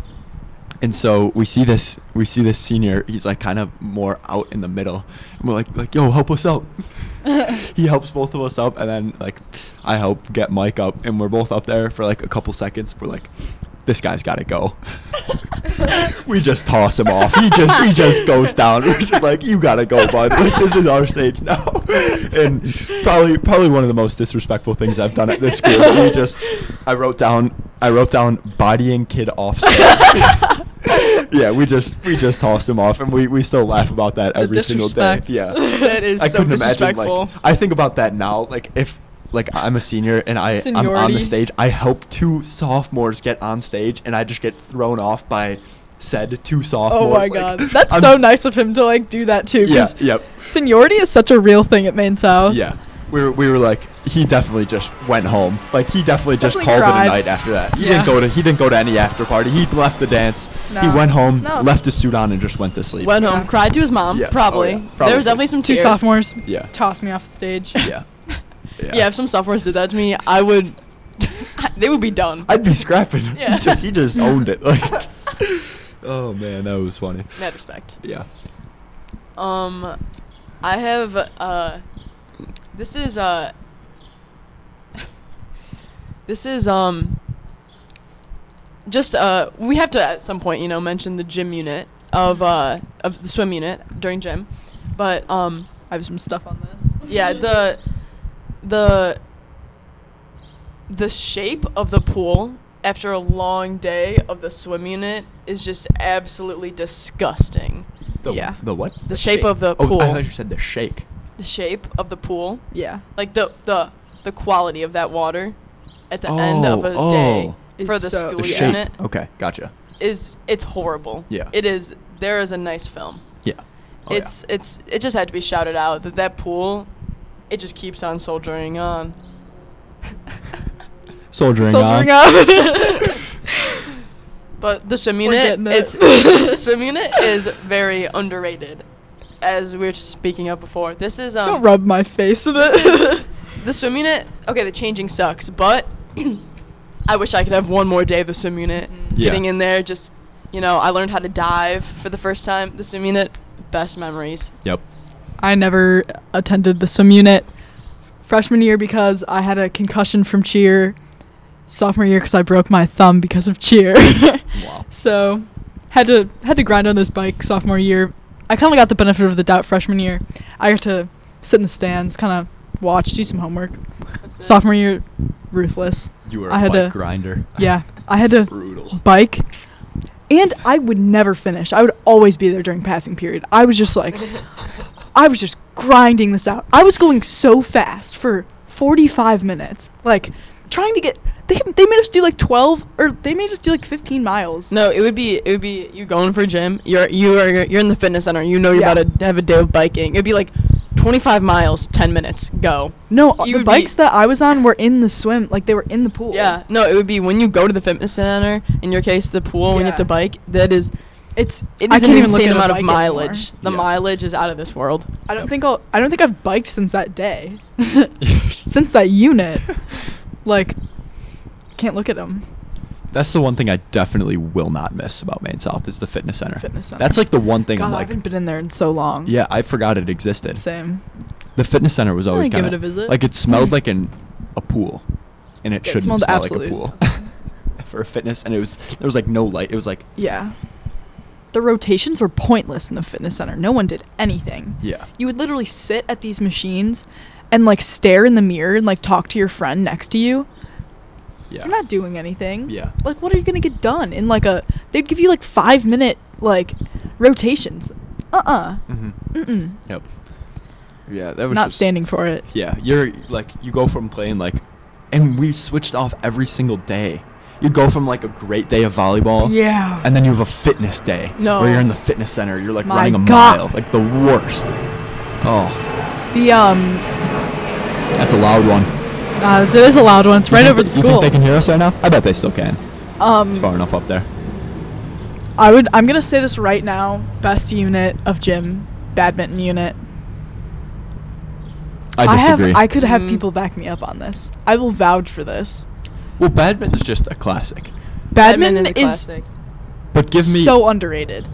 [SPEAKER 1] and so we see this we see this senior. He's like kind of more out in the middle. And we're like like yo help us out. he helps both of us up, and then like I help get Mike up, and we're both up there for like a couple seconds. We're like. This guy's got to go. we just toss him off. He just he just goes down. We're just like, you gotta go, bud. Like this is our stage now. and probably probably one of the most disrespectful things I've done at this school. We just I wrote down I wrote down bodying kid off stage. yeah, we just we just tossed him off, and we, we still laugh about that every single day.
[SPEAKER 4] disrespect.
[SPEAKER 1] Yeah,
[SPEAKER 2] That is so disrespectful.
[SPEAKER 1] Like, I think about that now. Like if like I'm a senior and I I'm on the
[SPEAKER 4] Seniority.
[SPEAKER 1] stage, I help two sophomores get on stage, and I just get thrown off by said two sophomores.
[SPEAKER 4] Oh my
[SPEAKER 1] Like,
[SPEAKER 4] god, that's
[SPEAKER 1] I'm-
[SPEAKER 4] so nice of him to like do that too.
[SPEAKER 1] Yeah,
[SPEAKER 4] 'cause
[SPEAKER 1] yep.
[SPEAKER 4] Seniority is such a real thing at Maine South.
[SPEAKER 1] Yeah. We were, we were like he definitely just went home. Like he definitely just
[SPEAKER 4] Definitely
[SPEAKER 1] called it
[SPEAKER 4] cried.
[SPEAKER 1] a night after that. He
[SPEAKER 4] Yeah.
[SPEAKER 1] didn't go to he didn't go to any after party. He left the dance. He
[SPEAKER 4] No.
[SPEAKER 1] went home,
[SPEAKER 4] No.
[SPEAKER 1] left his suit on, and just went to sleep.
[SPEAKER 2] Went
[SPEAKER 4] Yeah.
[SPEAKER 2] home, cried to his mom.
[SPEAKER 1] Yeah. Oh,
[SPEAKER 2] Probably.
[SPEAKER 1] yeah.
[SPEAKER 2] There
[SPEAKER 1] Probably.
[SPEAKER 2] was definitely some
[SPEAKER 4] Two
[SPEAKER 2] tears.
[SPEAKER 4] sophomores
[SPEAKER 1] Yeah.
[SPEAKER 4] tossed me off the stage.
[SPEAKER 1] Yeah.
[SPEAKER 2] Yeah. if some sophomores did that to me, I would. they would be done.
[SPEAKER 1] I'd be scrapping.
[SPEAKER 2] Yeah.
[SPEAKER 1] he, just, he just owned it. Like, oh man, that was funny.
[SPEAKER 2] Mad respect.
[SPEAKER 1] Yeah.
[SPEAKER 2] Um, I have uh, this is uh, this is um, just uh, we have to at some point, you know, mention the gym unit of uh of the swim unit during gym, but um,
[SPEAKER 4] I have some stuff on this.
[SPEAKER 2] yeah, the the the shape of the pool after a long day of the swim unit is just absolutely disgusting.
[SPEAKER 1] The,
[SPEAKER 4] Yeah.
[SPEAKER 1] The what?
[SPEAKER 2] The, shape, of the
[SPEAKER 1] Oh,
[SPEAKER 2] pool.
[SPEAKER 1] I thought you said the shake.
[SPEAKER 2] the shape of the pool,
[SPEAKER 4] Yeah.
[SPEAKER 2] like the the the quality of that water at the end of a
[SPEAKER 1] Oh,
[SPEAKER 2] day
[SPEAKER 4] oh.
[SPEAKER 2] for
[SPEAKER 4] Is
[SPEAKER 2] the
[SPEAKER 4] so-
[SPEAKER 2] school
[SPEAKER 1] The
[SPEAKER 4] yeah.
[SPEAKER 1] shape.
[SPEAKER 2] unit
[SPEAKER 1] Okay, gotcha.
[SPEAKER 2] is it's horrible.
[SPEAKER 1] Yeah.
[SPEAKER 2] It is there is a nice film.
[SPEAKER 1] Yeah. Oh, yeah.
[SPEAKER 2] it's it's it just had to be shouted out that that pool it just keeps on soldiering on.
[SPEAKER 1] soldiering,
[SPEAKER 4] Soldiering
[SPEAKER 1] on.
[SPEAKER 4] up.
[SPEAKER 2] But the swim
[SPEAKER 4] We're
[SPEAKER 2] unit
[SPEAKER 4] getting it.
[SPEAKER 2] it's the swim unit is very underrated. as we were speaking of before, this is um.
[SPEAKER 4] Don't rub my face in
[SPEAKER 2] this is-
[SPEAKER 4] it.
[SPEAKER 2] The swim unit, okay, the changing sucks, but I wish I could have one more day of the swim unit.
[SPEAKER 4] Mm.
[SPEAKER 1] Yeah.
[SPEAKER 2] Getting in there, just, you know, I learned how to dive for the first time. The swim unit, best memories.
[SPEAKER 1] Yep.
[SPEAKER 4] I never attended the swim unit freshman year because I had a concussion from cheer. Sophomore year because I broke my thumb because of cheer.
[SPEAKER 1] Wow.
[SPEAKER 4] so had to had to grind on this bike sophomore year. I kind of got the benefit of the doubt freshman year. I got to sit in the stands, kind of watch, do some homework.
[SPEAKER 2] That's it.
[SPEAKER 4] Sophomore year, ruthless.
[SPEAKER 1] You were a
[SPEAKER 4] I had
[SPEAKER 1] bike
[SPEAKER 4] to-
[SPEAKER 1] grinder.
[SPEAKER 4] Yeah, I had to
[SPEAKER 1] Brutal.
[SPEAKER 4] bike. And I would never finish. I would always be there during passing period. I was just like, I was just grinding this out. I was going so fast for 45 minutes, like trying to get. They, they made us do like 12 or they made us do like 15 miles.
[SPEAKER 2] No, it would be it would be you going for gym. You're you are you're in the fitness center. You know you're
[SPEAKER 4] Yeah.
[SPEAKER 2] about to have a day of biking. It'd be like 25 miles, 10 minutes, go.
[SPEAKER 4] No, uh,
[SPEAKER 2] You would
[SPEAKER 4] the
[SPEAKER 2] be-
[SPEAKER 4] bikes that I was on were in the swim, like they were in the pool.
[SPEAKER 2] Yeah, no, it would be when you go to the fitness center. In your case, the pool. When you have
[SPEAKER 4] Yeah.
[SPEAKER 2] to bike, that is
[SPEAKER 4] it's
[SPEAKER 2] it
[SPEAKER 4] I
[SPEAKER 2] is an
[SPEAKER 4] can't even look
[SPEAKER 2] insane
[SPEAKER 4] at a
[SPEAKER 2] amount of
[SPEAKER 4] bike anymore.
[SPEAKER 2] mileage. The
[SPEAKER 1] Yeah.
[SPEAKER 2] mileage is out of this world.
[SPEAKER 4] I don't think I'll. I don't think I've biked since that day, since that unit. Like, can't look at them.
[SPEAKER 1] That's the one thing I definitely will not miss about Maine South is the fitness center.
[SPEAKER 4] Fitness center.
[SPEAKER 1] That's like the one thing
[SPEAKER 4] God,
[SPEAKER 1] I'm
[SPEAKER 4] I
[SPEAKER 1] like.
[SPEAKER 4] haven't been in there in so long.
[SPEAKER 1] yeah, I forgot it existed.
[SPEAKER 4] Same.
[SPEAKER 1] The fitness center was
[SPEAKER 4] I'd
[SPEAKER 1] always
[SPEAKER 4] give
[SPEAKER 1] kind
[SPEAKER 4] it a visit.
[SPEAKER 1] like it smelled like an a pool, and it
[SPEAKER 4] Yeah, it
[SPEAKER 1] shouldn't
[SPEAKER 4] smelled
[SPEAKER 1] smell like a
[SPEAKER 4] absolutely
[SPEAKER 1] pool
[SPEAKER 4] disgusting.
[SPEAKER 1] for a fitness. And it was there was like no light. It was like
[SPEAKER 4] Yeah. The rotations were pointless in the fitness center. No one did anything.
[SPEAKER 1] yeah,
[SPEAKER 4] You would literally sit at these machines and like stare in the mirror and like talk to your friend next to you.
[SPEAKER 1] yeah,
[SPEAKER 4] You're not doing anything.
[SPEAKER 1] Yeah.
[SPEAKER 4] Like what are you going to get done in like a they'd give you like 5 minute like rotations. Uh-uh.
[SPEAKER 1] hmm
[SPEAKER 4] Mm-mm.
[SPEAKER 1] Yep. Yeah, that was
[SPEAKER 4] Not
[SPEAKER 1] just-
[SPEAKER 4] standing for it.
[SPEAKER 1] Yeah, you're like you go from playing like, and we switched off every single day. You go from like a great day of volleyball,
[SPEAKER 4] Yeah.
[SPEAKER 1] and then you have a fitness day
[SPEAKER 2] No.
[SPEAKER 1] where you're in the fitness center. You're like
[SPEAKER 4] My
[SPEAKER 1] running a
[SPEAKER 4] God.
[SPEAKER 1] mile, like the worst. Oh,
[SPEAKER 4] the um
[SPEAKER 1] that's a loud one.
[SPEAKER 4] uh, there is a loud one. It's right
[SPEAKER 1] You think
[SPEAKER 4] over the
[SPEAKER 1] th- you
[SPEAKER 4] school.
[SPEAKER 1] think they can hear us right now? I bet they still can.
[SPEAKER 4] um
[SPEAKER 1] It's far enough up there.
[SPEAKER 4] I would. I'm gonna say this right now. Best unit of gym, badminton unit.
[SPEAKER 1] I disagree.
[SPEAKER 4] have. I could have
[SPEAKER 2] Mm.
[SPEAKER 4] people back me up on this. I will vouch for this.
[SPEAKER 1] well, badminton's just a classic.
[SPEAKER 4] Badminton,
[SPEAKER 2] a
[SPEAKER 4] is,
[SPEAKER 2] classic.
[SPEAKER 1] But give me
[SPEAKER 4] so underrated.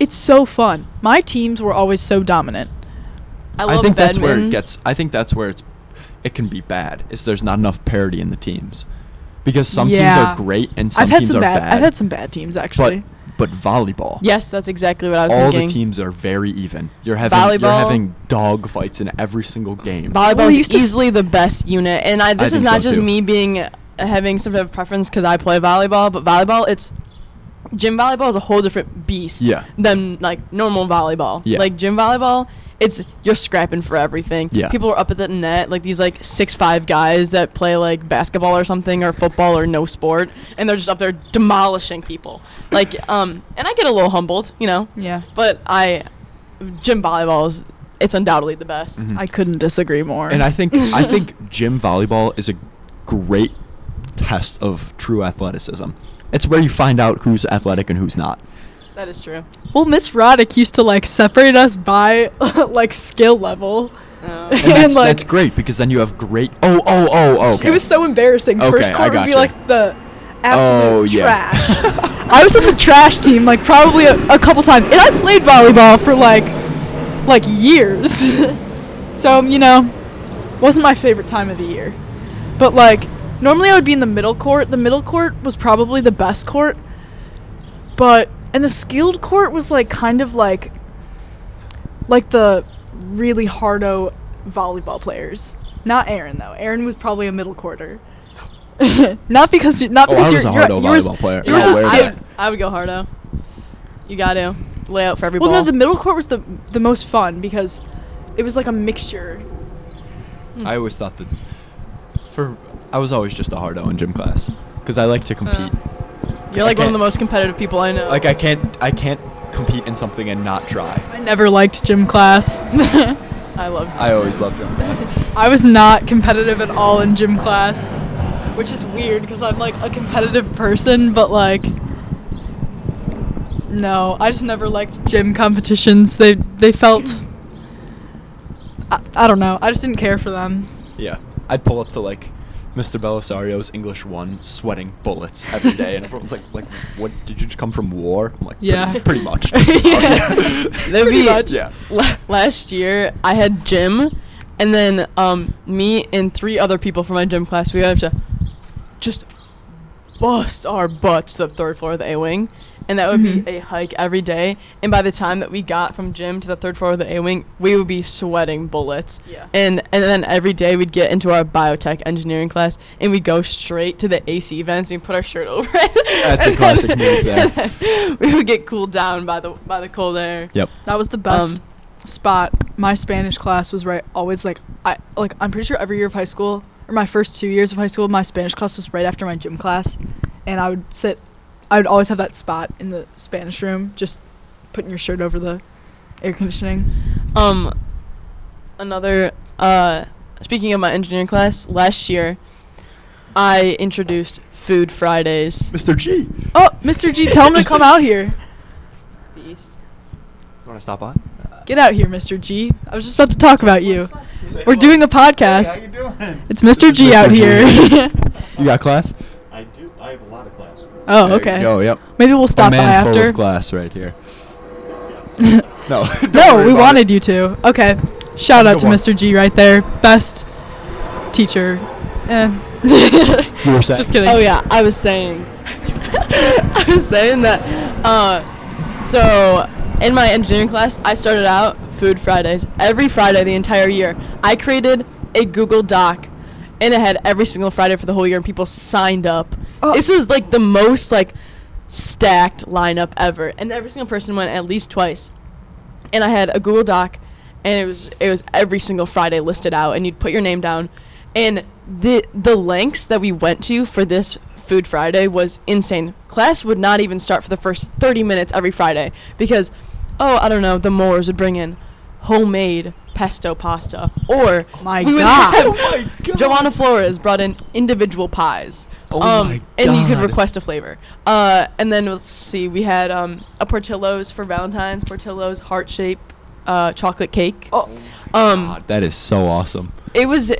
[SPEAKER 4] It's so fun. My teams were always so dominant.
[SPEAKER 2] I
[SPEAKER 1] I
[SPEAKER 2] love
[SPEAKER 1] think that's where
[SPEAKER 2] badminton.
[SPEAKER 1] it gets. I think that's where it's. It can be bad. Is there's not enough parity in the teams, because some
[SPEAKER 4] Yeah.
[SPEAKER 1] teams are great and some
[SPEAKER 4] I've had
[SPEAKER 1] teams
[SPEAKER 4] some
[SPEAKER 1] are
[SPEAKER 4] bad,
[SPEAKER 1] bad.
[SPEAKER 4] I've had some bad teams
[SPEAKER 1] but
[SPEAKER 4] actually.
[SPEAKER 1] but volleyball.
[SPEAKER 2] Yes, that's exactly what I was
[SPEAKER 1] all
[SPEAKER 2] thinking.
[SPEAKER 1] the teams are very even. You're having you're
[SPEAKER 2] Volleyball.
[SPEAKER 1] having dog fights in every single game.
[SPEAKER 2] Volleyball
[SPEAKER 4] We
[SPEAKER 2] is
[SPEAKER 4] used to s-
[SPEAKER 2] easily the best unit, and I this
[SPEAKER 1] think
[SPEAKER 2] is not
[SPEAKER 1] so,
[SPEAKER 2] just
[SPEAKER 1] too.
[SPEAKER 2] me being uh, having some type of preference because I play volleyball, but volleyball it's gym volleyball is a whole different beast
[SPEAKER 1] Yeah.
[SPEAKER 2] than like normal volleyball.
[SPEAKER 1] Yeah.
[SPEAKER 2] Like gym volleyball, it's you're scrapping for everything.
[SPEAKER 1] Yeah.
[SPEAKER 2] people are up at the net like these like six five guys that play like basketball or something or football or no sport, and they're just up there demolishing people. Like um, and I get a little humbled, you know,
[SPEAKER 4] yeah,
[SPEAKER 2] but I gym volleyball is it's undoubtedly the best.
[SPEAKER 1] Mhm.
[SPEAKER 4] I couldn't disagree more.
[SPEAKER 1] and I think I think gym volleyball is a great test of true athleticism. It's where you find out who's athletic and who's not.
[SPEAKER 2] That is true.
[SPEAKER 4] well, Miss Roddick used to like separate us by like skill level. Oh.
[SPEAKER 2] Uh,
[SPEAKER 1] And that's,
[SPEAKER 4] And, like-
[SPEAKER 1] that's great because then you have great. Oh oh oh oh. Okay.
[SPEAKER 4] It was so embarrassing.
[SPEAKER 1] Okay,
[SPEAKER 4] First
[SPEAKER 1] I
[SPEAKER 4] court would be
[SPEAKER 1] gotcha.
[SPEAKER 4] like the
[SPEAKER 1] Oh,
[SPEAKER 4] absolute
[SPEAKER 1] yeah.
[SPEAKER 4] trash. I was on the trash team like probably a, a couple times, and I played volleyball for like like years. so you know, wasn't my favorite time of the year, but like normally I would be in the middle court. The middle court was probably the best court, but and the skilled court was like kind of like like the really hardo volleyball players. Not Aaron though. Aaron was probably a middle quarter. not because you- not
[SPEAKER 1] Oh, I
[SPEAKER 4] because
[SPEAKER 1] was
[SPEAKER 4] you're,
[SPEAKER 1] a
[SPEAKER 4] you're
[SPEAKER 1] hardo
[SPEAKER 4] yours,
[SPEAKER 1] volleyball player.
[SPEAKER 4] Yours
[SPEAKER 1] Yeah,
[SPEAKER 4] was
[SPEAKER 1] where
[SPEAKER 2] I,
[SPEAKER 1] that-
[SPEAKER 4] skilled.
[SPEAKER 2] would, I would go hardo. You got to lay out for every
[SPEAKER 4] Well,
[SPEAKER 2] ball.
[SPEAKER 4] no, the middle court was the the most fun because it was like a mixture.
[SPEAKER 1] I always thought that for I was always just a hardo in gym class because I like to compete.
[SPEAKER 4] Uh.
[SPEAKER 2] You're like one of
[SPEAKER 1] okay.
[SPEAKER 2] the most competitive people I know.
[SPEAKER 1] Like I can't I can't compete in something and not try.
[SPEAKER 4] I never liked gym class.
[SPEAKER 2] I love.
[SPEAKER 1] I always loved gym class.
[SPEAKER 4] I was not competitive at all in gym class, which is weird because I'm like a competitive person, but like No, I just never liked gym competitions. They they felt. I, I don't know. I just didn't care for them.
[SPEAKER 1] Yeah, I'd pull up to like Mr. Belisario's English one, sweating bullets every day, and everyone's like, like, what? Did you just come from war? I'm like,
[SPEAKER 4] Yeah.
[SPEAKER 1] pretty, pretty much. Mr.
[SPEAKER 2] Yeah.
[SPEAKER 1] Belisarius."
[SPEAKER 2] That'd
[SPEAKER 4] Pretty
[SPEAKER 2] be
[SPEAKER 4] much.
[SPEAKER 1] Yeah.
[SPEAKER 2] la- last year I had gym, and then um, me and three other people from my gym class we have to just bust our butts to the third floor of the A wing, and that would
[SPEAKER 4] Mhm.
[SPEAKER 2] be a hike every day. And by the time that we got from gym to the third floor of the A wing, we would be sweating bullets.
[SPEAKER 4] Yeah.
[SPEAKER 2] And and then every day we'd get into our biotech engineering class and we'd go straight to the AC vents and we'd put our shirt over it.
[SPEAKER 1] That's a
[SPEAKER 2] And
[SPEAKER 1] classic
[SPEAKER 2] then-
[SPEAKER 1] move there.
[SPEAKER 2] and then we would get cooled down by the by the cold air. Um,
[SPEAKER 1] Yep.
[SPEAKER 4] That was the best spot. My Spanish class was right always like I like I'm pretty sure every year of high school or my first two years of high school, my Spanish class was right after my gym class, and I would sit. I would always have that spot in the Spanish room, just putting your shirt over the air conditioning.
[SPEAKER 2] Um, another. Uh, speaking of my engineering class, last year, I introduced Food Fridays.
[SPEAKER 1] Mr. G, you
[SPEAKER 4] Oh, Mr. G, tell him to come out here.
[SPEAKER 1] want to stop by?
[SPEAKER 4] Get out here, Mr. G. I was just about to talk about you. We're doing a podcast.
[SPEAKER 6] doing?
[SPEAKER 4] It's Mr.
[SPEAKER 1] This is
[SPEAKER 4] G
[SPEAKER 1] Mr.
[SPEAKER 4] out
[SPEAKER 1] G.
[SPEAKER 4] here.
[SPEAKER 1] You got class?
[SPEAKER 6] I do. I have a lot of classes.
[SPEAKER 4] oh,
[SPEAKER 1] There you
[SPEAKER 4] okay.
[SPEAKER 1] go, yep.
[SPEAKER 4] Maybe we'll
[SPEAKER 1] a
[SPEAKER 4] stop by
[SPEAKER 1] man full
[SPEAKER 4] after.
[SPEAKER 1] of class right here. No. don't
[SPEAKER 4] No,
[SPEAKER 1] worry
[SPEAKER 4] we
[SPEAKER 1] about
[SPEAKER 4] wanted
[SPEAKER 1] it.
[SPEAKER 4] you to. Okay. Shout out
[SPEAKER 1] Good
[SPEAKER 4] to
[SPEAKER 1] one.
[SPEAKER 4] Mr. G right there. Best teacher. Eh.
[SPEAKER 1] You were saying.
[SPEAKER 4] Just kidding.
[SPEAKER 2] Oh yeah, I was saying. I was saying that. Uh, so in my engineering class, I started out Food Fridays every Friday the entire year. I created a Google Doc, and it had every single Friday for the whole year, and people signed up.
[SPEAKER 4] Oh.
[SPEAKER 2] This was like the most like stacked lineup ever, and every single person went at least twice and I had a Google Doc, and it was it was every single Friday listed out, and you'd put your name down, and the the lengths that we went to for this Food Friday was insane. Class would not even start for the first 30 minutes every Friday because, oh, I don't know, the Moors would bring in homemade pesto pasta, or
[SPEAKER 4] My
[SPEAKER 2] we would
[SPEAKER 4] God.
[SPEAKER 2] have-
[SPEAKER 1] Oh my God.
[SPEAKER 2] Joanna Flores brought in individual pies.
[SPEAKER 1] Oh
[SPEAKER 2] um,
[SPEAKER 1] my
[SPEAKER 2] And you could
[SPEAKER 1] God.
[SPEAKER 2] request a flavor. Uh, and then let's see, we had um, a Portillo's for Valentine's, Portillo's heart shape uh, chocolate cake.
[SPEAKER 4] Oh.
[SPEAKER 2] um,
[SPEAKER 1] God, that is so awesome.
[SPEAKER 2] it was, it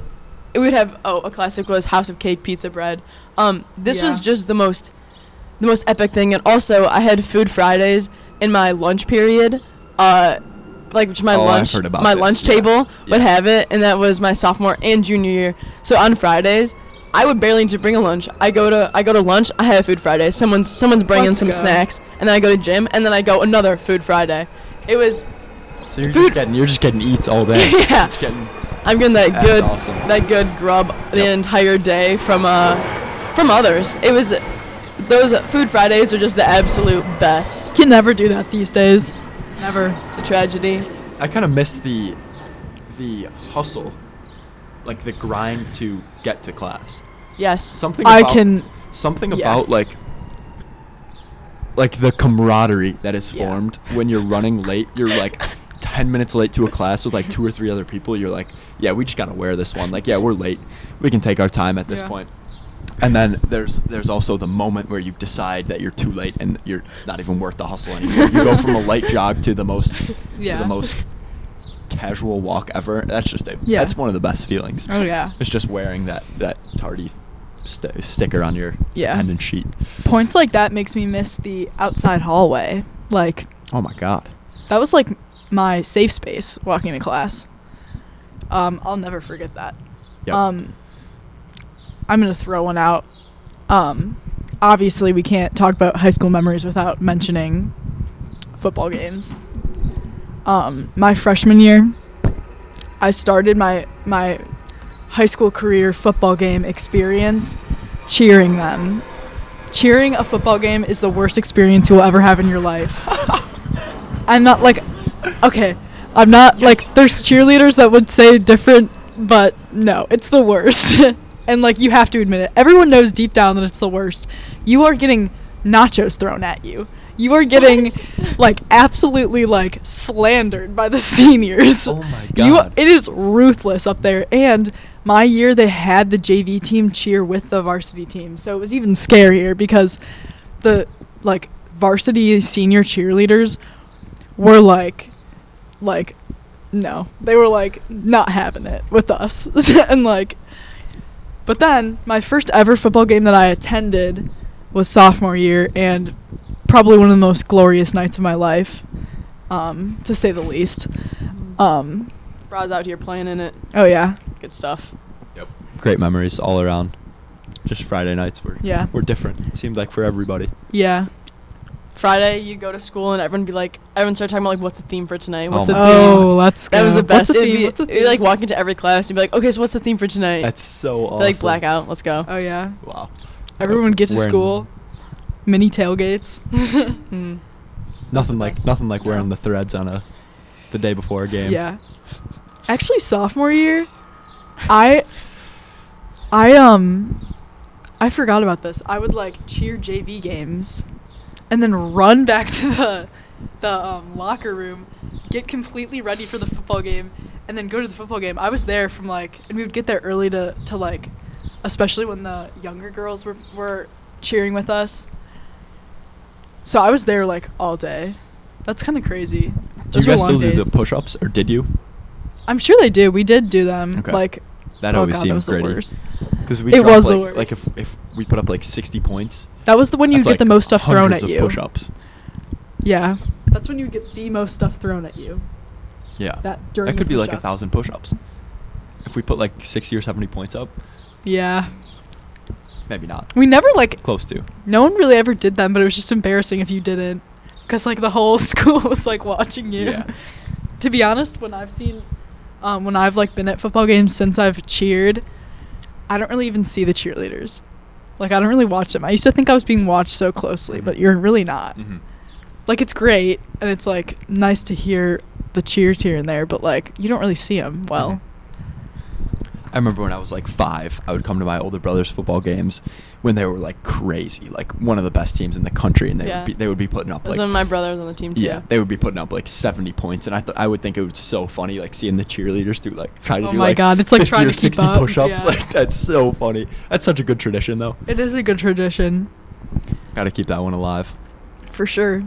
[SPEAKER 2] would have oh a classic was House of Cake pizza bread. Um, this was
[SPEAKER 4] Yeah.
[SPEAKER 2] just the most, the most epic thing. And also I had Food Fridays in my lunch period. Uh, like which my
[SPEAKER 1] Oh, I've
[SPEAKER 2] lunch
[SPEAKER 1] heard about
[SPEAKER 2] my
[SPEAKER 1] this,
[SPEAKER 2] lunch
[SPEAKER 1] yeah.
[SPEAKER 2] table would
[SPEAKER 1] Yeah.
[SPEAKER 2] have it and that was my sophomore and junior year so on fridays i would barely need to bring a lunch i go to i go to lunch i have food friday someone's someone's bringing
[SPEAKER 4] Let's
[SPEAKER 2] some
[SPEAKER 4] go.
[SPEAKER 2] snacks and then i go to gym and then i go another food friday it was
[SPEAKER 1] So you're
[SPEAKER 2] Food-
[SPEAKER 1] just getting you're just getting eats all day.
[SPEAKER 2] Yeah.
[SPEAKER 1] Just getting-
[SPEAKER 2] i'm getting that
[SPEAKER 1] That's
[SPEAKER 2] good
[SPEAKER 1] awesome.
[SPEAKER 2] that good grub the
[SPEAKER 1] Yep.
[SPEAKER 2] entire day from uh from others it was those food fridays are just the absolute best
[SPEAKER 4] Can never do that these days. Never.
[SPEAKER 2] it's a tragedy
[SPEAKER 1] I kind of miss the the hustle, like the grind to get to class.
[SPEAKER 2] yes
[SPEAKER 1] Something
[SPEAKER 4] I
[SPEAKER 1] about,
[SPEAKER 4] can-
[SPEAKER 1] something
[SPEAKER 4] yeah.
[SPEAKER 1] about like like the camaraderie that is
[SPEAKER 2] Yeah.
[SPEAKER 1] formed when you're running late. You're like ten minutes late to a class with like two or three other people. You're like, yeah, we just gotta wear this one. Like, yeah, we're late. We can take our time at this
[SPEAKER 4] Yeah.
[SPEAKER 1] point. And then there's there's also the moment where you decide that you're too late and you're it's not even worth the hustle anymore. you go from a light jog to the most to
[SPEAKER 4] Yeah.
[SPEAKER 1] the most casual walk ever. That's just a
[SPEAKER 4] Yeah.
[SPEAKER 1] that's one of the best feelings.
[SPEAKER 4] Oh, yeah.
[SPEAKER 1] It's just wearing that that tardy st- sticker on your
[SPEAKER 4] Yeah.
[SPEAKER 1] attendance sheet.
[SPEAKER 4] Points like that makes me miss the outside hallway. Like,
[SPEAKER 1] Oh my god.
[SPEAKER 4] that was like my safe space walking to class. Um, I'll never forget that.
[SPEAKER 1] Yep.
[SPEAKER 4] Um, I'm gonna throw one out. Um, obviously, we can't talk about high school memories without mentioning football games. Um, my freshman year, I started my my high school career football game experience cheering them. Cheering a football game is the worst experience you will ever have in your life. I'm not like, okay, I'm not like, there's cheerleaders that would say different, but no, it's the worst. and like, you have to admit it. Everyone knows deep down that it's the worst. You are getting nachos thrown at you. You are getting like absolutely like slandered by the seniors.
[SPEAKER 1] Oh my
[SPEAKER 4] You,
[SPEAKER 1] God.
[SPEAKER 4] it is ruthless up there. And my year, they had the JV team cheer with the varsity team, so it was even scarier because the like varsity senior cheerleaders were like like no. They were like not having it with us. and like but then my first ever football game that I attended was sophomore year and probably one of the most glorious nights of my life. Um, to say the least. Um,
[SPEAKER 2] Bra's out here playing in it.
[SPEAKER 4] oh yeah.
[SPEAKER 2] Good stuff.
[SPEAKER 1] Great memories all around. Just Friday nights were
[SPEAKER 4] Yeah.
[SPEAKER 1] were different. It seemed like for everybody.
[SPEAKER 4] Yeah.
[SPEAKER 2] Friday, you go to school and everyone be like, everyone start talking about like, what's the theme for tonight? What's
[SPEAKER 1] Oh
[SPEAKER 2] the
[SPEAKER 1] my
[SPEAKER 2] theme?
[SPEAKER 4] Oh, let's go.
[SPEAKER 2] That was the best.
[SPEAKER 4] What's the
[SPEAKER 2] It'd
[SPEAKER 4] theme?
[SPEAKER 2] be-
[SPEAKER 4] What's the
[SPEAKER 2] it'd, like walk into every class and be like, okay, so what's the theme for tonight?
[SPEAKER 1] That's so
[SPEAKER 2] Be
[SPEAKER 1] awesome.
[SPEAKER 2] like blackout. Let's go.
[SPEAKER 4] Oh yeah.
[SPEAKER 1] Wow.
[SPEAKER 4] Everyone get to
[SPEAKER 1] Wearing-
[SPEAKER 4] school. Mini tailgates.
[SPEAKER 2] Mm.
[SPEAKER 1] Nothing like
[SPEAKER 2] That's-
[SPEAKER 1] nothing like
[SPEAKER 2] yeah.
[SPEAKER 1] wearing the threads on a the day before a game.
[SPEAKER 4] Yeah. Actually, sophomore year, I, I um, I forgot about this. I would like cheer JV games, and then run back to the, the um, locker room, get completely ready for the football game, and then go to the football game. I was there from like, and we would get there early to to like, especially when the younger girls were were cheering with us. So I was there like all day. That's kind of crazy.
[SPEAKER 1] Do you
[SPEAKER 4] Those were
[SPEAKER 1] guys still
[SPEAKER 4] long
[SPEAKER 1] do
[SPEAKER 4] days.
[SPEAKER 1] the push ups or did you?
[SPEAKER 4] I'm sure they do. We did do them.
[SPEAKER 1] Okay.
[SPEAKER 4] Like
[SPEAKER 1] That
[SPEAKER 4] oh
[SPEAKER 1] always
[SPEAKER 4] God, that
[SPEAKER 1] seemed
[SPEAKER 4] was the
[SPEAKER 1] gritty.
[SPEAKER 4] worst.
[SPEAKER 1] Because we
[SPEAKER 4] It
[SPEAKER 1] dropped,
[SPEAKER 4] was the
[SPEAKER 1] like, like if
[SPEAKER 4] worst.
[SPEAKER 1] if we put up like sixty points,
[SPEAKER 4] That was the one you
[SPEAKER 1] that's,
[SPEAKER 4] get the
[SPEAKER 1] like,
[SPEAKER 4] most stuff thrown
[SPEAKER 1] hundreds
[SPEAKER 4] at
[SPEAKER 1] of
[SPEAKER 4] you.
[SPEAKER 1] Push ups.
[SPEAKER 4] Yeah. That's when you get the most stuff thrown at you.
[SPEAKER 1] Yeah.
[SPEAKER 4] That during the
[SPEAKER 1] could be like a
[SPEAKER 4] push-ups.
[SPEAKER 1] thousand push ups. If we put like sixty or seventy points up,
[SPEAKER 4] Yeah.
[SPEAKER 1] maybe not.
[SPEAKER 4] We never like
[SPEAKER 1] Close to.
[SPEAKER 4] no one really ever did them, but it was just embarrassing if you didn't, because like the whole school was like watching you.
[SPEAKER 1] Yeah.
[SPEAKER 4] to be honest, when I've seen, um, when I've like been at football games since I've cheered, I don't really even see the cheerleaders. Like I don't really watch them. I used to think I was being watched so closely,
[SPEAKER 1] Mm-hmm.
[SPEAKER 4] but you're really not.
[SPEAKER 1] Mhm.
[SPEAKER 4] like it's great and it's like nice to hear the cheers here and there but like you don't really see them well
[SPEAKER 1] I remember when I was like five, I would come to my older brother's football games when they were like crazy, like one of the best teams in the country, and they
[SPEAKER 2] Yeah.
[SPEAKER 1] would be they would be putting up
[SPEAKER 2] That was
[SPEAKER 1] like
[SPEAKER 2] when my brother was on the team too.
[SPEAKER 1] yeah, they would be putting up like seventy points, and I th- I would think it was so funny, like seeing the cheerleaders do like try to
[SPEAKER 4] Oh
[SPEAKER 1] do
[SPEAKER 4] my
[SPEAKER 1] like
[SPEAKER 4] God, it's like
[SPEAKER 1] 50
[SPEAKER 4] trying
[SPEAKER 1] or
[SPEAKER 4] to keep
[SPEAKER 1] 60
[SPEAKER 4] up,
[SPEAKER 1] push-ups,
[SPEAKER 4] yeah.
[SPEAKER 1] like that's so funny. That's such a good tradition though.
[SPEAKER 4] it is a good tradition
[SPEAKER 1] Got to keep that one alive.
[SPEAKER 4] for sure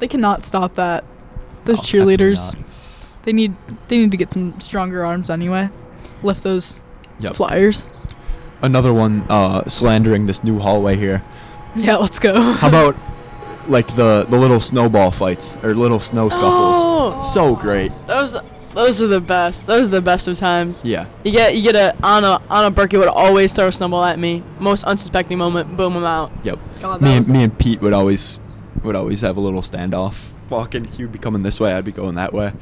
[SPEAKER 4] they cannot stop that the
[SPEAKER 1] Oh, absolutely
[SPEAKER 4] cheerleaders
[SPEAKER 1] not.
[SPEAKER 4] they need they need to get some stronger arms anyway lift those
[SPEAKER 1] Yep.
[SPEAKER 4] flyers
[SPEAKER 1] Another one uh, slandering this new hallway here.
[SPEAKER 4] yeah let's go
[SPEAKER 1] How about like the the little snowball fights or little snow scuffles?
[SPEAKER 2] Oh.
[SPEAKER 1] So great.
[SPEAKER 2] Those those are the best. Those are the best of times.
[SPEAKER 1] Yeah.
[SPEAKER 2] You get you get a Anna Anna Berkey would always throw a snowball at me. Most unsuspecting moment, boom, I'm out.
[SPEAKER 1] Yep.
[SPEAKER 4] God, Oh, that
[SPEAKER 1] me and
[SPEAKER 4] was-
[SPEAKER 1] me and Pete would always would always have a little standoff. Walking, he'd be coming this way, I'd be going that way,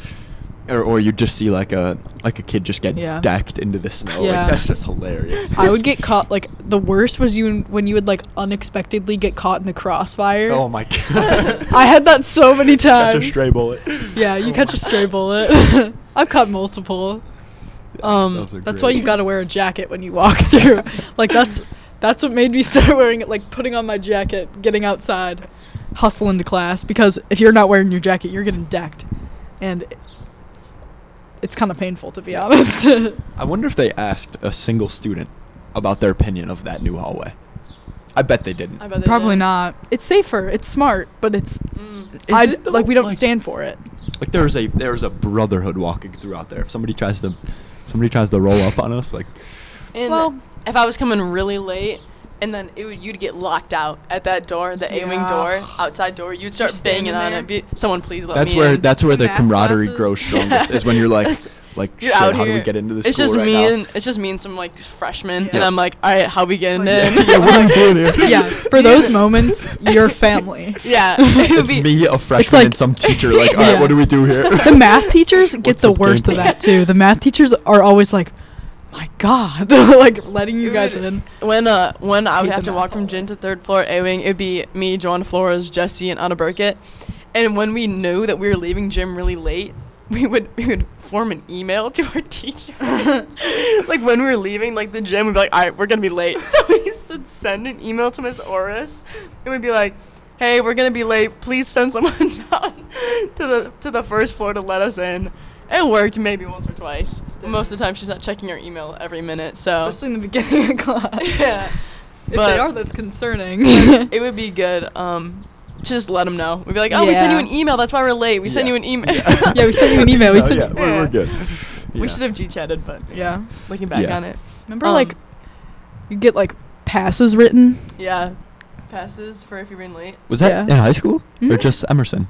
[SPEAKER 1] or or you'd just see like a like a kid just get
[SPEAKER 4] Yeah.
[SPEAKER 1] decked into the snow.
[SPEAKER 4] Yeah.
[SPEAKER 1] Like that's just hilarious.
[SPEAKER 4] I would get caught like the worst was you when you would like unexpectedly get caught in the crossfire.
[SPEAKER 1] Oh my god.
[SPEAKER 4] I had that so many
[SPEAKER 1] Catch a
[SPEAKER 4] times.
[SPEAKER 1] stray bullet.
[SPEAKER 4] Yeah, you
[SPEAKER 1] Oh
[SPEAKER 4] catch
[SPEAKER 1] my-
[SPEAKER 4] a stray bullet. I've caught multiple.
[SPEAKER 2] Um,
[SPEAKER 1] Those are
[SPEAKER 4] That's why
[SPEAKER 1] great.
[SPEAKER 4] you gotta wear a jacket when you walk through. like that's that's what made me start wearing it. Like putting on my jacket, getting outside, hustle into class. Because if you're not wearing your jacket, you're getting decked, and it's kind of painful to be honest.
[SPEAKER 1] I wonder if they asked a single student about their opinion of that new hallway. I bet they didn't.
[SPEAKER 2] I bet they
[SPEAKER 4] Probably
[SPEAKER 2] did.
[SPEAKER 4] not. It's safer. It's smart, but it's
[SPEAKER 2] Mm.
[SPEAKER 1] Is
[SPEAKER 4] I
[SPEAKER 1] it though?
[SPEAKER 4] like we don't
[SPEAKER 1] Like-
[SPEAKER 4] stand for it.
[SPEAKER 1] Like there's a there's a brotherhood walking throughout there. If somebody tries to somebody tries to roll up on us, like
[SPEAKER 2] And
[SPEAKER 4] Well-
[SPEAKER 2] if I was coming really late, and then it would, you'd get locked out at that door, the A wing
[SPEAKER 4] Yeah.
[SPEAKER 2] door, outside door. You'd start
[SPEAKER 4] standing
[SPEAKER 2] banging on
[SPEAKER 4] there.
[SPEAKER 2] it. Be, Someone please let
[SPEAKER 1] that's
[SPEAKER 2] me
[SPEAKER 1] where
[SPEAKER 2] in.
[SPEAKER 1] that's where the
[SPEAKER 4] Math
[SPEAKER 1] camaraderie
[SPEAKER 4] classes.
[SPEAKER 1] grows strongest is when you're like
[SPEAKER 2] It's-
[SPEAKER 1] like
[SPEAKER 2] You're
[SPEAKER 1] shit,
[SPEAKER 2] out
[SPEAKER 1] how
[SPEAKER 2] here.
[SPEAKER 1] do we get into this
[SPEAKER 2] It's
[SPEAKER 1] school
[SPEAKER 2] just
[SPEAKER 1] right
[SPEAKER 2] me
[SPEAKER 1] now?
[SPEAKER 2] and it's just me and some like freshmen, and
[SPEAKER 1] Yeah.
[SPEAKER 2] I'm like, all right, how we getting
[SPEAKER 4] Like,
[SPEAKER 2] in?
[SPEAKER 4] yeah,
[SPEAKER 1] yeah, what are we doing here?
[SPEAKER 4] yeah, for those moments, your family.
[SPEAKER 2] Yeah, it would
[SPEAKER 1] it's
[SPEAKER 2] be-
[SPEAKER 1] me, a freshman,
[SPEAKER 4] like-
[SPEAKER 1] and some teacher. Like, all right,
[SPEAKER 4] Yeah.
[SPEAKER 1] what do we do here?
[SPEAKER 4] the math teachers get
[SPEAKER 1] What's
[SPEAKER 4] the
[SPEAKER 1] the game
[SPEAKER 4] worst of
[SPEAKER 1] plan?
[SPEAKER 4] that too. The math teachers are always like, "My God," like letting you guys
[SPEAKER 2] Dude.
[SPEAKER 4] in.
[SPEAKER 2] When uh when I would
[SPEAKER 4] Hate
[SPEAKER 2] have
[SPEAKER 4] the
[SPEAKER 2] to walk
[SPEAKER 4] math
[SPEAKER 2] from
[SPEAKER 4] hallway.
[SPEAKER 2] gym to third floor A wing, it'd be me, John Flores, Jesse, and Anna Burkett. And when we knew that we were leaving gym really late, we would we would form an email to our teacher. like when we were leaving like the gym, we'd be like, all right, we're gonna be late. So we said send an email to Miss Oris, and we'd be like. Hey, we're gonna be late. Please send someone down to the to the first floor to let us in. It worked maybe once or twice. Most of the time, she's not checking her email every minute. So
[SPEAKER 4] Especially in the beginning of class.
[SPEAKER 2] yeah,
[SPEAKER 4] If
[SPEAKER 2] but
[SPEAKER 4] they are, that's concerning.
[SPEAKER 2] it would be good. Um, just let them know. We'd be like, oh, we sent you
[SPEAKER 4] Yeah.
[SPEAKER 2] an email. That's why we're late. We sent
[SPEAKER 1] Yeah.
[SPEAKER 2] you an email.
[SPEAKER 1] Yeah.
[SPEAKER 4] Yeah, we sent you an email. We
[SPEAKER 1] No,
[SPEAKER 4] sent-
[SPEAKER 1] yeah, we're, we're good.
[SPEAKER 2] We
[SPEAKER 1] Yeah.
[SPEAKER 2] should have G-chatted, but
[SPEAKER 4] Yeah.
[SPEAKER 2] looking back
[SPEAKER 1] Yeah.
[SPEAKER 2] on it,
[SPEAKER 4] Remember,
[SPEAKER 2] Um,
[SPEAKER 4] like, you get like passes written.
[SPEAKER 2] yeah, passes for if you're being late.
[SPEAKER 1] Was that
[SPEAKER 4] Yeah.
[SPEAKER 1] in high school or
[SPEAKER 4] Mhm.
[SPEAKER 1] just Emerson?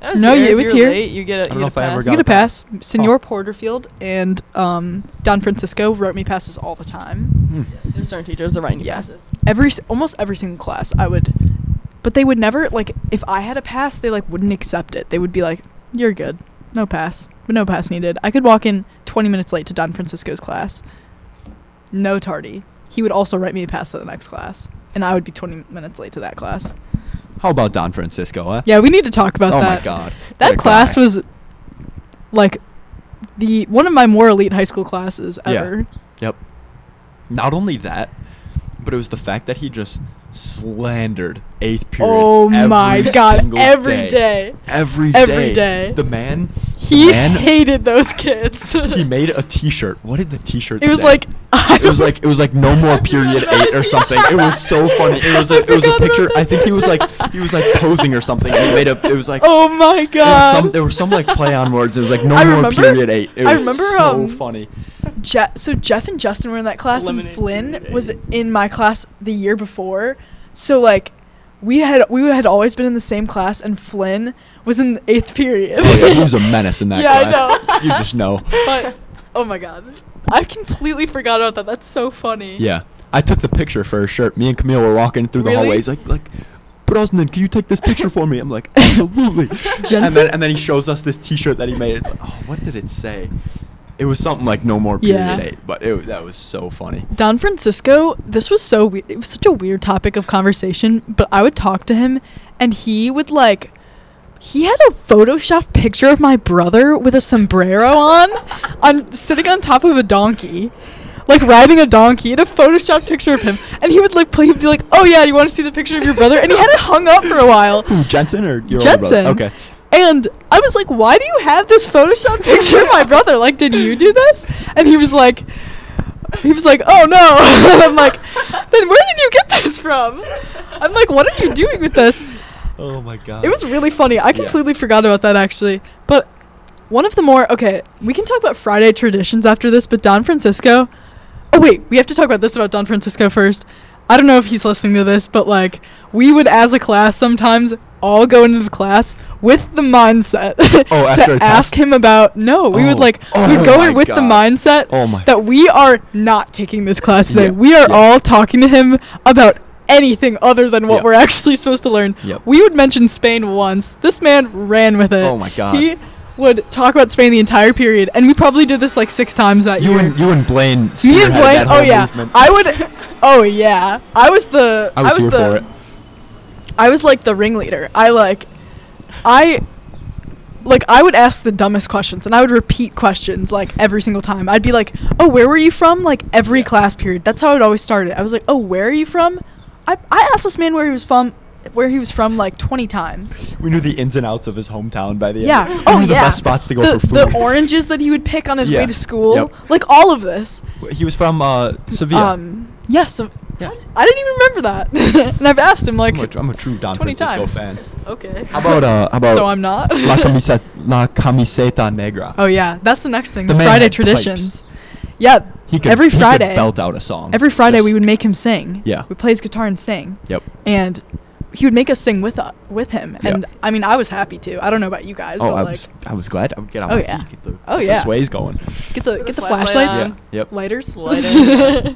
[SPEAKER 2] That was
[SPEAKER 4] No,
[SPEAKER 2] here.
[SPEAKER 4] yeah, it
[SPEAKER 2] If
[SPEAKER 4] was
[SPEAKER 2] you're
[SPEAKER 4] here.
[SPEAKER 2] Late, you get a,
[SPEAKER 1] I don't
[SPEAKER 2] you
[SPEAKER 1] know
[SPEAKER 2] get
[SPEAKER 1] if
[SPEAKER 2] a
[SPEAKER 1] I ever
[SPEAKER 2] pass.
[SPEAKER 1] got
[SPEAKER 4] you get a
[SPEAKER 1] it.
[SPEAKER 4] pass. Senor
[SPEAKER 1] Oh.
[SPEAKER 4] Porterfield and um, Don Francisco wrote me passes all the time.
[SPEAKER 1] Hmm.
[SPEAKER 2] There's certain teachers that write you
[SPEAKER 4] Yeah.
[SPEAKER 2] passes.
[SPEAKER 4] Every s- almost every single class, I would, but they would never like if I had a pass, they like wouldn't accept it. They would be like, "You're good, no pass, but no pass needed." I could walk in 20 minutes late to Don Francisco's class, no tardy. He would also write me a pass to the next class, and I would be 20 minutes late to that class.
[SPEAKER 1] How about Don Francisco? Huh?
[SPEAKER 4] Yeah, we need to talk about
[SPEAKER 1] oh
[SPEAKER 4] that.
[SPEAKER 1] my God. What
[SPEAKER 4] That
[SPEAKER 1] a
[SPEAKER 4] class
[SPEAKER 1] guy.
[SPEAKER 4] was like the one of my more elite high school classes
[SPEAKER 1] Yeah.
[SPEAKER 4] ever.
[SPEAKER 1] Yep. Not only that, but it was the fact that he just slandered eighth period.
[SPEAKER 4] Oh
[SPEAKER 1] every
[SPEAKER 4] my god,
[SPEAKER 1] single
[SPEAKER 4] every day.
[SPEAKER 1] Every day.
[SPEAKER 4] Every day.
[SPEAKER 1] The man.
[SPEAKER 4] He
[SPEAKER 1] the man,
[SPEAKER 4] hated those kids.
[SPEAKER 1] He made a T-shirt. What did the T-shirt?
[SPEAKER 4] it was
[SPEAKER 1] say?
[SPEAKER 4] like I
[SPEAKER 1] It was like it was like no more period eight or something. It was so funny. It was like it was a
[SPEAKER 4] forgot about
[SPEAKER 1] picture. I
[SPEAKER 4] that.
[SPEAKER 1] think he was like he was like posing or something. And he made a. It was like
[SPEAKER 4] Oh my
[SPEAKER 1] there was
[SPEAKER 4] god.
[SPEAKER 1] some there was some like play on words. It was like no
[SPEAKER 4] I
[SPEAKER 1] more
[SPEAKER 4] remember-
[SPEAKER 1] period eight. It
[SPEAKER 4] I
[SPEAKER 1] was
[SPEAKER 4] remember,
[SPEAKER 1] so
[SPEAKER 4] um,
[SPEAKER 1] funny.
[SPEAKER 4] Je- so Jeff and Justin were in that class,
[SPEAKER 2] Eliminate
[SPEAKER 4] and Flynn
[SPEAKER 1] Eliminate.
[SPEAKER 4] was in my class the year before. So like, we had we had always been in the same class, and Flynn was in the eighth period.
[SPEAKER 1] Oh, yeah, he was a menace in that
[SPEAKER 4] Yeah, I
[SPEAKER 1] class.
[SPEAKER 4] know.
[SPEAKER 1] You just know.
[SPEAKER 4] but oh my god, I completely forgot about that. That's so funny.
[SPEAKER 1] Yeah. I took the picture for his shirt. Me and Camille were walking through the
[SPEAKER 4] Really?
[SPEAKER 1] hallways like like Brosnan, can you take this picture for me? I'm like, absolutely. And then
[SPEAKER 4] Jensen?
[SPEAKER 1] and then he shows us this T-shirt that he made. It's like, oh, what did it say? It was something like no more period
[SPEAKER 4] Yeah.
[SPEAKER 1] eight, but it, that was so funny.
[SPEAKER 4] Don Francisco, this was so weird. It was such a weird topic of conversation, but I would talk to him and he would like he had a photoshopped picture of my brother with a sombrero on on sitting on top of a donkey. Like riding a donkey, he had a photoshopped picture of him, and he would like play, he'd be like, "Oh yeah, you want to see the picture of your brother?" And he had it hung up for a while.
[SPEAKER 1] Who, Jensen or your older brother?
[SPEAKER 4] Jensen.
[SPEAKER 1] Okay.
[SPEAKER 4] And I was like, why do you have this Photoshop picture of my brother? Like, did you do this? And he was like, he was like, oh no. And I'm like, then where did you get this from? I'm like, what are you doing with this?
[SPEAKER 1] Oh my god.
[SPEAKER 4] It was really funny. I completely forgot about that actually. But one of the more, okay, we can talk about Friday traditions after this, but Don Francisco. Oh, wait, we have to talk about this about Don Francisco first. I don't know if he's listening to this, but like, we would as a class sometimes all go into the class with the mindset
[SPEAKER 1] Oh,
[SPEAKER 4] to
[SPEAKER 1] after a test?
[SPEAKER 4] ask him about. No, we would
[SPEAKER 1] Oh.
[SPEAKER 4] like,
[SPEAKER 1] Oh
[SPEAKER 4] we'd go in
[SPEAKER 1] my
[SPEAKER 4] with the
[SPEAKER 1] God.
[SPEAKER 4] mindset
[SPEAKER 1] Oh my-
[SPEAKER 4] that we are not taking this class today.
[SPEAKER 1] Yeah,
[SPEAKER 4] We are
[SPEAKER 1] yeah.
[SPEAKER 4] all talking to him about anything other than what
[SPEAKER 1] Yeah.
[SPEAKER 4] we're actually supposed to learn.
[SPEAKER 1] Yep.
[SPEAKER 4] We would mention Spain once. This man ran with it.
[SPEAKER 1] Oh my God.
[SPEAKER 4] He would talk about Spain the entire period, and we probably did this like six times that
[SPEAKER 1] you
[SPEAKER 4] year.
[SPEAKER 1] and you and Blaine.
[SPEAKER 4] Me and
[SPEAKER 1] spearheaded
[SPEAKER 4] Blaine.
[SPEAKER 1] that
[SPEAKER 4] Oh
[SPEAKER 1] whole
[SPEAKER 4] yeah.
[SPEAKER 1] movement.
[SPEAKER 4] I would. Oh yeah. I was the.
[SPEAKER 1] I was, here
[SPEAKER 4] the.
[SPEAKER 1] for it.
[SPEAKER 4] I was like the ringleader. I like, I, like I would ask the dumbest questions and I would repeat questions like every single time. I'd be like, "Oh, where were you from?" Like every
[SPEAKER 1] Yeah.
[SPEAKER 4] class period. That's how it always started. I was like, "Oh, where are you from?" I I asked this man where he was from, where he was from like twenty times.
[SPEAKER 1] We knew the ins and outs of his hometown by the
[SPEAKER 4] Yeah.
[SPEAKER 1] end. We
[SPEAKER 4] Oh
[SPEAKER 1] knew the
[SPEAKER 4] yeah.
[SPEAKER 1] best spots to go
[SPEAKER 4] the,
[SPEAKER 1] for food.
[SPEAKER 4] The oranges that he would pick on his
[SPEAKER 1] Yeah.
[SPEAKER 4] way to school.
[SPEAKER 1] Yep.
[SPEAKER 4] Like all of this.
[SPEAKER 1] He was from uh, Sevilla.
[SPEAKER 4] Um. Yeah. So
[SPEAKER 1] Yeah.
[SPEAKER 4] I didn't even remember that, and I've asked him like
[SPEAKER 1] I'm, a, I'm a true Don
[SPEAKER 4] 20
[SPEAKER 1] Francisco
[SPEAKER 4] times.
[SPEAKER 1] fan.
[SPEAKER 4] Okay.
[SPEAKER 1] How about uh, how about
[SPEAKER 4] So I'm not.
[SPEAKER 1] La camiseta, la camiseta negra.
[SPEAKER 4] Oh yeah, that's the next thing.
[SPEAKER 1] The
[SPEAKER 4] The
[SPEAKER 1] man
[SPEAKER 4] Friday
[SPEAKER 1] had
[SPEAKER 4] traditions. Yeah,
[SPEAKER 1] He could,
[SPEAKER 4] every
[SPEAKER 1] he could
[SPEAKER 4] Friday.
[SPEAKER 1] belt out a song.
[SPEAKER 4] Every Friday
[SPEAKER 1] Just-
[SPEAKER 4] we would make him sing.
[SPEAKER 1] Yeah.
[SPEAKER 4] We play his guitar and sing.
[SPEAKER 1] Yep.
[SPEAKER 4] And he would make us sing with uh, with him.
[SPEAKER 1] Yeah.
[SPEAKER 4] And I mean, I was happy too. I don't know about you guys,
[SPEAKER 1] Oh,
[SPEAKER 4] but
[SPEAKER 1] I
[SPEAKER 4] like,
[SPEAKER 1] was I was glad I would get out
[SPEAKER 4] Oh,
[SPEAKER 1] my
[SPEAKER 4] yeah.
[SPEAKER 1] feet. Get the,
[SPEAKER 4] Oh,
[SPEAKER 1] get
[SPEAKER 4] yeah.
[SPEAKER 1] the sways going.
[SPEAKER 4] get the
[SPEAKER 2] Put
[SPEAKER 4] get
[SPEAKER 2] the
[SPEAKER 4] the
[SPEAKER 2] flashlight
[SPEAKER 4] flashlights,
[SPEAKER 2] on.
[SPEAKER 1] Yeah, yep.
[SPEAKER 4] lighters,
[SPEAKER 2] Lighter.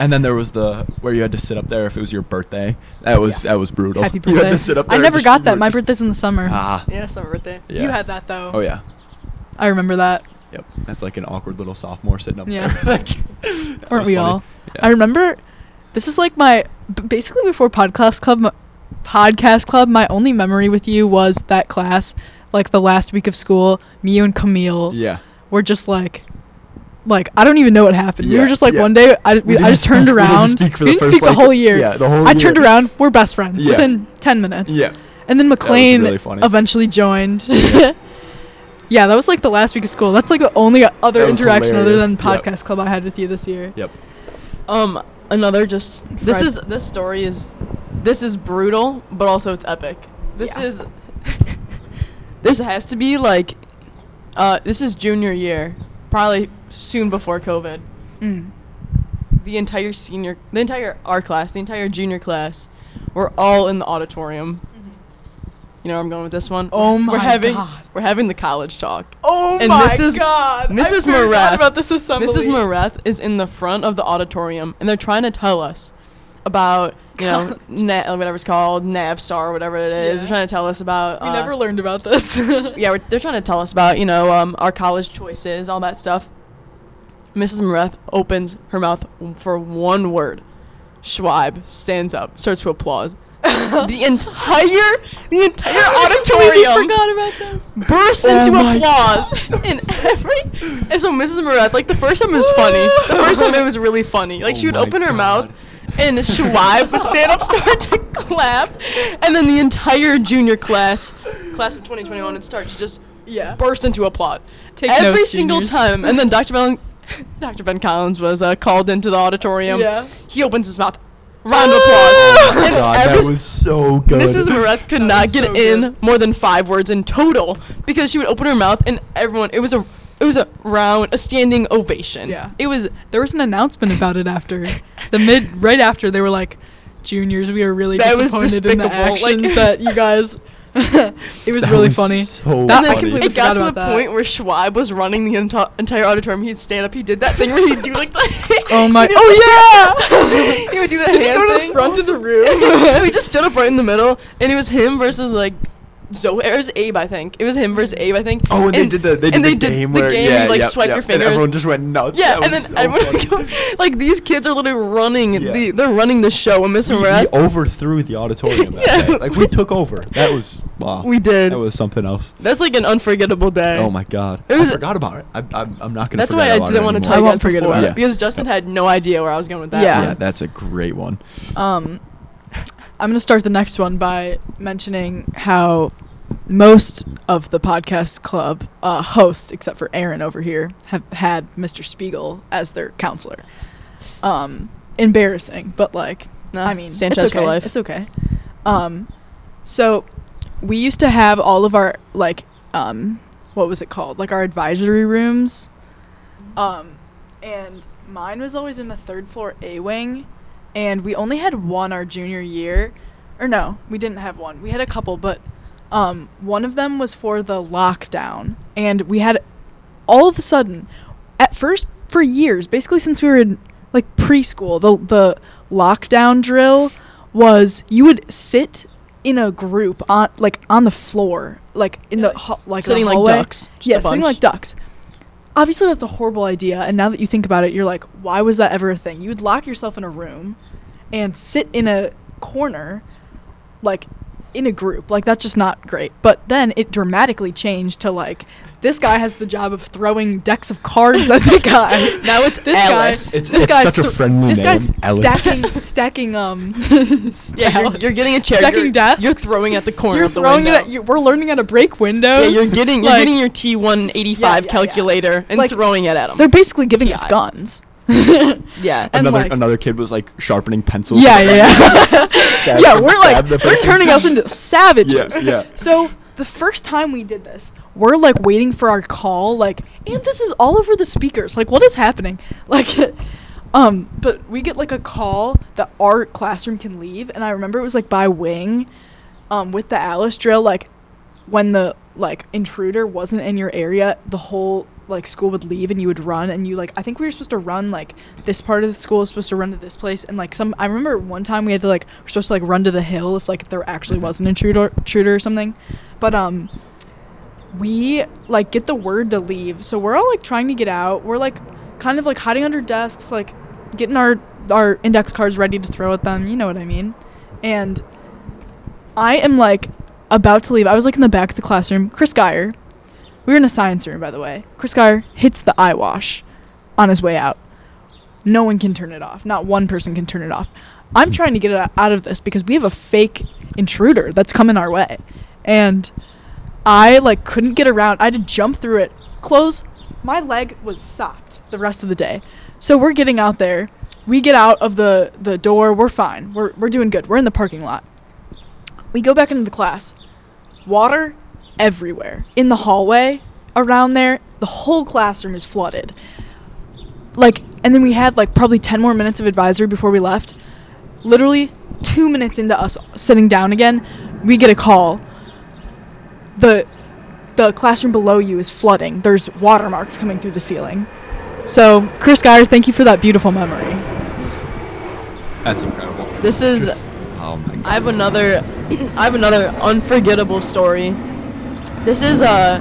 [SPEAKER 1] And then there was the where you had to sit up there if it was your birthday. That was
[SPEAKER 4] Yeah.
[SPEAKER 1] that was brutal.
[SPEAKER 4] Happy
[SPEAKER 1] You
[SPEAKER 4] birthday!
[SPEAKER 1] had to sit up there
[SPEAKER 4] I
[SPEAKER 1] and
[SPEAKER 4] never
[SPEAKER 1] just-
[SPEAKER 4] got
[SPEAKER 1] you
[SPEAKER 4] that.
[SPEAKER 1] were
[SPEAKER 4] My
[SPEAKER 1] just-
[SPEAKER 4] birthday's in the summer.
[SPEAKER 1] Ah.
[SPEAKER 2] Yeah, summer birthday.
[SPEAKER 1] Yeah.
[SPEAKER 4] You had that though.
[SPEAKER 1] Oh yeah.
[SPEAKER 4] I remember that.
[SPEAKER 1] Yep. That's like an awkward little sophomore sitting up
[SPEAKER 4] Yeah.
[SPEAKER 1] there. Like, that
[SPEAKER 4] Weren't
[SPEAKER 1] was
[SPEAKER 4] we
[SPEAKER 1] funny.
[SPEAKER 4] all?
[SPEAKER 1] Yeah.
[SPEAKER 4] I remember. This is like my b- basically before podcast club. My, podcast club. My only memory with you was that class, like the last week of school. Me you and Camille
[SPEAKER 1] Yeah.
[SPEAKER 4] were just like, like I don't even know what happened. we
[SPEAKER 1] Yeah,
[SPEAKER 4] were just like
[SPEAKER 1] yeah.
[SPEAKER 4] one day. I, we,
[SPEAKER 1] didn't
[SPEAKER 4] I just turned
[SPEAKER 1] speak- we didn't
[SPEAKER 4] around.
[SPEAKER 1] speak for
[SPEAKER 4] We
[SPEAKER 1] the
[SPEAKER 4] didn't
[SPEAKER 1] first,
[SPEAKER 4] speak the
[SPEAKER 1] like,
[SPEAKER 4] whole year.
[SPEAKER 1] yeah, the whole
[SPEAKER 4] I turned
[SPEAKER 1] year.
[SPEAKER 4] around. We're best friends
[SPEAKER 1] Yeah.
[SPEAKER 4] within ten minutes.
[SPEAKER 1] Yeah.
[SPEAKER 4] And then McLean
[SPEAKER 1] really funny.
[SPEAKER 4] eventually joined. yeah, that was like the last week of school. That's like the only other
[SPEAKER 1] That was
[SPEAKER 4] interaction other
[SPEAKER 1] hilarious.
[SPEAKER 4] than
[SPEAKER 1] Yep.
[SPEAKER 4] podcast club I had with you this year.
[SPEAKER 1] Yep.
[SPEAKER 2] Um, another just this
[SPEAKER 4] Fred-
[SPEAKER 2] is this story is this is brutal, but also it's epic. This
[SPEAKER 4] Yeah.
[SPEAKER 2] is. this has to be like. Uh, this is junior year, probably soon before COVID.
[SPEAKER 4] Mm.
[SPEAKER 2] The entire senior, the entire our class, the entire junior class, we're all in the auditorium. You know where I'm going with this one.
[SPEAKER 4] Mm-hmm. Oh
[SPEAKER 2] We're- we're
[SPEAKER 4] my
[SPEAKER 2] having,
[SPEAKER 4] God.
[SPEAKER 2] We're having the college talk.
[SPEAKER 4] Oh
[SPEAKER 2] And
[SPEAKER 4] my
[SPEAKER 2] Mrs.
[SPEAKER 4] god. I
[SPEAKER 2] Mrs.
[SPEAKER 4] forgot
[SPEAKER 2] Morath-
[SPEAKER 4] about this assembly.
[SPEAKER 2] Mrs. Morath is in the front of the auditorium, and they're trying to tell us about you know na- whatever it's called, Navstar, whatever it is. They're
[SPEAKER 4] Yeah.
[SPEAKER 2] trying to tell us about.
[SPEAKER 4] We
[SPEAKER 2] uh,
[SPEAKER 4] never learned about this.
[SPEAKER 2] yeah, we're, they're trying to tell us about you know um, our college choices, all that stuff. Mrs. Morath opens her mouth for one word. Schwab stands up, starts to applause. the entire, the entire
[SPEAKER 4] We
[SPEAKER 2] auditorium
[SPEAKER 4] forgot about this.
[SPEAKER 2] bursts
[SPEAKER 4] Oh
[SPEAKER 2] into
[SPEAKER 4] my
[SPEAKER 2] applause in every. And so Mrs. Moret, like the first time it was funny. The first time it was really funny. Like
[SPEAKER 1] Oh
[SPEAKER 2] she would
[SPEAKER 1] my
[SPEAKER 2] open her
[SPEAKER 1] God.
[SPEAKER 2] mouth, and Schwab would stand up, start to clap, and then the entire junior class, class of 2021, would start to just
[SPEAKER 4] Yeah.
[SPEAKER 2] burst into applaud
[SPEAKER 4] Take
[SPEAKER 2] every
[SPEAKER 4] notes,
[SPEAKER 2] single
[SPEAKER 4] juniors.
[SPEAKER 2] time. And then Dr. Ben, Dr. Ben Collins was uh, called into the auditorium.
[SPEAKER 4] Yeah.
[SPEAKER 2] He opens his mouth. Round of applause. And
[SPEAKER 1] Oh God,
[SPEAKER 2] every
[SPEAKER 1] that
[SPEAKER 2] s-
[SPEAKER 1] was so good.
[SPEAKER 2] Mrs. Moretz could not
[SPEAKER 4] was
[SPEAKER 2] get
[SPEAKER 4] so
[SPEAKER 2] in
[SPEAKER 4] good.
[SPEAKER 2] more than five words in total because she would open her mouth and everyone it was a it was a round a standing ovation.
[SPEAKER 4] Yeah.
[SPEAKER 2] It was
[SPEAKER 4] There was an announcement about it after the mid right after they were like juniors we are really
[SPEAKER 2] That was
[SPEAKER 4] disappointed in the
[SPEAKER 2] despicable, like-
[SPEAKER 4] actions that you guys it was
[SPEAKER 1] That
[SPEAKER 4] really
[SPEAKER 1] was
[SPEAKER 4] funny
[SPEAKER 1] so
[SPEAKER 4] that I
[SPEAKER 1] funny.
[SPEAKER 4] completely
[SPEAKER 2] it got
[SPEAKER 4] forgot
[SPEAKER 2] to the
[SPEAKER 4] about that.
[SPEAKER 2] point where Schwab was running the enti- entire auditorium. He'd stand up, he did that thing where he'd do like the
[SPEAKER 4] Oh my-
[SPEAKER 2] he did
[SPEAKER 4] oh,
[SPEAKER 2] the- he would do that
[SPEAKER 4] Did he
[SPEAKER 2] hand
[SPEAKER 4] go to the
[SPEAKER 2] thing.
[SPEAKER 4] front of the room?
[SPEAKER 2] we just stood up right in the middle and it was him versus like Zoe, it was Abe, I think. It was him versus Abe, I think.
[SPEAKER 1] Oh, and, they did the they did
[SPEAKER 2] and
[SPEAKER 1] the
[SPEAKER 2] they
[SPEAKER 1] game
[SPEAKER 2] the
[SPEAKER 1] where
[SPEAKER 2] game,
[SPEAKER 1] yeah,
[SPEAKER 2] like
[SPEAKER 1] yep,
[SPEAKER 2] swipe
[SPEAKER 1] yep,
[SPEAKER 2] your fingers.
[SPEAKER 1] And everyone just went nuts.
[SPEAKER 2] Yeah,
[SPEAKER 1] That
[SPEAKER 2] and then
[SPEAKER 1] was so
[SPEAKER 2] everyone
[SPEAKER 1] funny.
[SPEAKER 2] like these kids are literally running.
[SPEAKER 1] Yeah.
[SPEAKER 2] The, they're running the show. And Miss
[SPEAKER 1] we,
[SPEAKER 2] Moret,
[SPEAKER 1] we overthrew the auditorium that
[SPEAKER 2] Yeah.
[SPEAKER 1] day. Like we took over. That was wow.
[SPEAKER 2] We did.
[SPEAKER 1] That was something else.
[SPEAKER 2] that's like an unforgettable day.
[SPEAKER 1] Oh my god.
[SPEAKER 2] It was-
[SPEAKER 1] I forgot about it. I, I'm, I'm not gonna.
[SPEAKER 2] That's
[SPEAKER 1] forget
[SPEAKER 2] why I
[SPEAKER 1] about it
[SPEAKER 2] didn't want
[SPEAKER 1] anymore.
[SPEAKER 2] to tell
[SPEAKER 4] I
[SPEAKER 2] you
[SPEAKER 4] won't
[SPEAKER 2] guys
[SPEAKER 4] forget
[SPEAKER 2] before
[SPEAKER 1] about it. Yeah.
[SPEAKER 2] because Justin had no idea where I was going with that.
[SPEAKER 4] Yeah.
[SPEAKER 1] Yeah, that's a great one.
[SPEAKER 4] um i'm going to start the next one by mentioning how most of the podcast club uh, hosts except for aaron over here have had mr spiegel as their counselor um embarrassing but like
[SPEAKER 2] No,
[SPEAKER 4] I mean,
[SPEAKER 2] Sanchez
[SPEAKER 4] it's okay.
[SPEAKER 2] for life.
[SPEAKER 4] It's okay. Um, so we used to have all of our like, um, what was it called? Like our advisory rooms. Um, and mine was always in the third floor A wing, and we only had one our junior year, or no, we didn't have one. We had a couple, but um, one of them was for the lockdown, and we had all of a sudden, at first for years, basically since we were in like preschool, the the lockdown drill was you would sit in a group on like on the floor, like in
[SPEAKER 2] Yeah,
[SPEAKER 4] the
[SPEAKER 2] like
[SPEAKER 4] ho-
[SPEAKER 2] s-
[SPEAKER 4] like in
[SPEAKER 2] sitting
[SPEAKER 4] the
[SPEAKER 2] like
[SPEAKER 4] hallway.
[SPEAKER 2] ducks, just a
[SPEAKER 4] yeah, sitting
[SPEAKER 2] bunch.
[SPEAKER 4] like ducks. Obviously, that's a horrible idea. And now that you think about it, you're like, why was that ever a thing? You would lock yourself in a room and sit in a corner like in a group. Like that's just not great. But then it dramatically changed to like this guy has the job of throwing decks of cards at the guy.
[SPEAKER 2] Now it's
[SPEAKER 4] this
[SPEAKER 2] Alice.
[SPEAKER 4] guy.
[SPEAKER 1] It's-
[SPEAKER 4] this
[SPEAKER 1] it's
[SPEAKER 4] guy's
[SPEAKER 1] such a
[SPEAKER 4] thr-
[SPEAKER 1] friendly
[SPEAKER 4] This
[SPEAKER 1] name,
[SPEAKER 4] guy's
[SPEAKER 1] Alice.
[SPEAKER 4] stacking stacking um
[SPEAKER 2] yeah, you're, you're getting a chair.
[SPEAKER 4] Stacking
[SPEAKER 2] you're,
[SPEAKER 4] desks.
[SPEAKER 2] You're throwing at the corner
[SPEAKER 4] You're
[SPEAKER 2] of the
[SPEAKER 4] throwing
[SPEAKER 2] window.
[SPEAKER 4] it at you, we're learning how to break windows.
[SPEAKER 2] yeah, you're getting you're
[SPEAKER 4] Like,
[SPEAKER 2] getting your T185
[SPEAKER 4] Yeah, yeah, yeah.
[SPEAKER 2] calculator and
[SPEAKER 4] Like,
[SPEAKER 2] throwing it at them.
[SPEAKER 4] They're basically giving us
[SPEAKER 2] TI.
[SPEAKER 4] guns.
[SPEAKER 2] yeah.
[SPEAKER 4] and
[SPEAKER 1] another
[SPEAKER 4] like-
[SPEAKER 1] another kid was like sharpening pencils.
[SPEAKER 4] Yeah, yeah, yeah.
[SPEAKER 1] Stab
[SPEAKER 4] yeah,
[SPEAKER 1] them,
[SPEAKER 4] we're
[SPEAKER 1] stab
[SPEAKER 4] like
[SPEAKER 1] the
[SPEAKER 4] they're
[SPEAKER 1] person.
[SPEAKER 4] turning us into savages.
[SPEAKER 1] Yes, yeah.
[SPEAKER 4] So the first time we did this, we're like waiting for our call, like, and this is all over the speakers. Like, what is happening? Like, um, but we get like a call that our classroom can leave, and I remember it was like by wing, um, with the Alice drill, like when the like intruder wasn't in your area, the whole like school would leave and you would run and you like I think we were supposed to run like this part of the school was supposed to run to this place and like some I remember one time we had to like we're supposed to like run to the hill if like there actually was an intruder intruder or something. But um we like get the word to leave. So we're all like trying to get out. We're like kind of like hiding under desks, like getting our our index cards ready to throw at them, you know what I mean? And I am like about to leave. I was like in the back of the classroom. Chris Geyer, we were in a science room, by the way. Chris Geyer hits the eye wash on his way out. No one can turn it off. Not one person can turn it off. I'm trying to get it out of this because we have a fake intruder that's coming our way. And I like couldn't get around. I had to jump through it. Close. My leg was sopped the rest of the day. So we're getting out there. We get out of the the door. We're fine. We're we're doing good. We're in the parking lot. We We go back into the class. Water everywhere. In the hallway, around there, the whole classroom is flooded. Like, and then we had like probably 10 more minutes of advisory before we left. Literally, two minutes into us sitting down again, we get a call. The the classroom below you is flooding. There's watermarks coming through the ceiling. So, Chris Geyer, thank you for that beautiful memory.
[SPEAKER 1] That's incredible.
[SPEAKER 2] This is-
[SPEAKER 1] oh my god.
[SPEAKER 2] I have another I have another unforgettable story. This is uh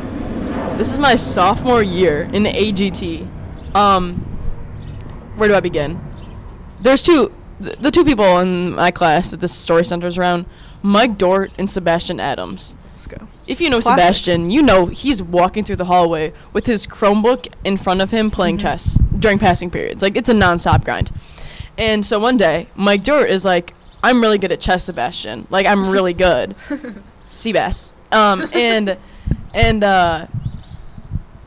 [SPEAKER 2] this is my sophomore year in AGT. Um where do I begin? There's two th- the two people in my class that this story centers around, Mike Dort and Sebastian Adams.
[SPEAKER 4] Let's go.
[SPEAKER 2] If you know
[SPEAKER 4] Classics.
[SPEAKER 2] Sebastian, you know he's walking through the hallway with his Chromebook in front of him playing chess during passing periods. Like it's a nonstop grind. And so one day, Mike Dort is like, "I'm really good at chess, Sebastian. Like I'm really good, Seabass." Um, and and uh,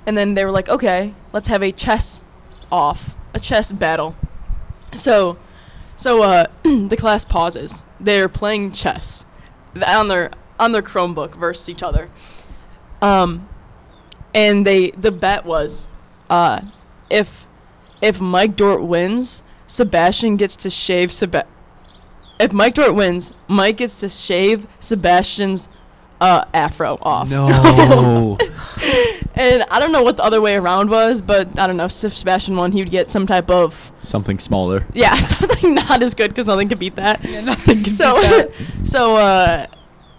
[SPEAKER 2] and then they were like, "Okay, let's have a chess off, a chess battle." So so uh, the class pauses. They're playing chess th- on their on their Chromebook versus each other. Um, and they the bet was, uh, if if Mike Dort wins, Sebastian gets to shave Seb. If Mike Dort wins, Mike gets to shave Sebastian's uh, afro off.
[SPEAKER 1] No.
[SPEAKER 2] And I don't know what the other way around was, but I don't know. If Sebastian won, he would get some type of
[SPEAKER 1] Something smaller.
[SPEAKER 2] yeah, something not as good because nothing could beat that.
[SPEAKER 4] nothing can
[SPEAKER 2] so
[SPEAKER 4] beat that.
[SPEAKER 2] so uh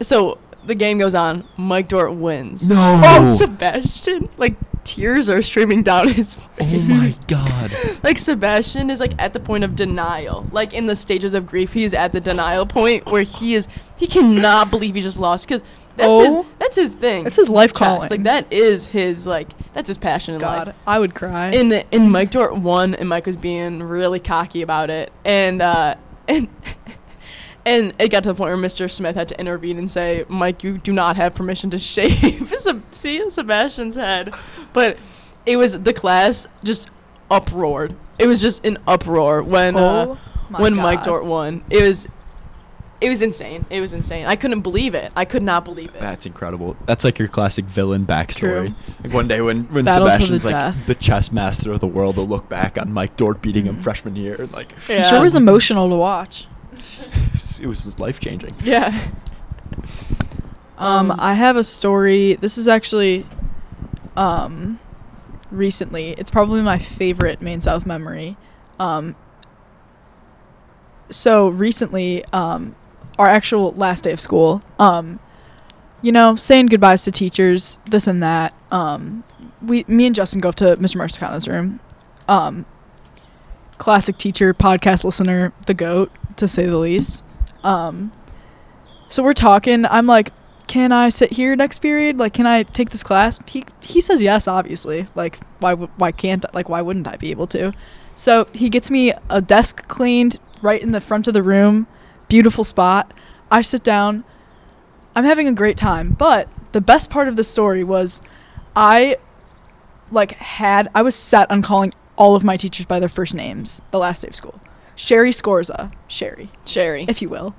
[SPEAKER 2] so the game goes on mike dort wins
[SPEAKER 1] No.
[SPEAKER 2] oh sebastian like tears are streaming down his face
[SPEAKER 1] Oh my god.
[SPEAKER 2] like sebastian is like at the point of denial like in the stages of grief he is at the denial point where he is he cannot believe he just lost because that's
[SPEAKER 4] Oh.
[SPEAKER 2] his that's his thing
[SPEAKER 4] That's his life
[SPEAKER 2] Chess,
[SPEAKER 4] calling.
[SPEAKER 2] like that is his like that's his passion in life
[SPEAKER 4] God, I would cry.
[SPEAKER 2] and and Mike Dort won, and Mike was being really cocky about it, and uh, and and it got to the point where Mr. Smith had to intervene and say, "Mike, you do not have permission to shave Seb- see Sebastian's head," but it was the class just uproared. It was just an uproar when
[SPEAKER 4] Oh
[SPEAKER 2] uh,
[SPEAKER 4] my
[SPEAKER 2] when Mike
[SPEAKER 4] God.
[SPEAKER 2] Dort won. It was. It was insane. It was insane. I couldn't believe it. I could not believe it.
[SPEAKER 1] That's incredible. That's like your classic villain backstory.
[SPEAKER 4] True.
[SPEAKER 1] Like one day when, when
[SPEAKER 4] Battle to the
[SPEAKER 1] Sebastian's like
[SPEAKER 4] death. Mm-hmm.
[SPEAKER 1] the chess master of the world, they'll look back on Mike Dort beating him freshman year. and Like
[SPEAKER 4] It
[SPEAKER 2] Yeah.
[SPEAKER 4] sure was emotional to watch.
[SPEAKER 1] it was life changing.
[SPEAKER 2] Yeah.
[SPEAKER 4] Um,
[SPEAKER 2] Um,
[SPEAKER 4] I have a story. This is actually, um, recently. It's probably my favorite Maine South memory. Um, so recently, um, our actual last day of school. Um, you know, saying goodbyes to teachers, this and that. Um, we, me and Justin go up to Mr. Marsicano's room. Um, classic teacher, podcast listener, the goat, to say the least. Um, so we're talking. I'm like, can I sit here next period? Like, can I take this class? He he says yes, obviously. Like, why w- why can't like why wouldn't I be able to? So he gets me a desk cleaned right in the front of the room, beautiful spot. I sit down. I'm having a great time. But the best part of the story was, I like had I was set on calling all of my teachers by their first names the last day of school. Sherry Scorza, Sherry,
[SPEAKER 2] Sherry.
[SPEAKER 4] if you will.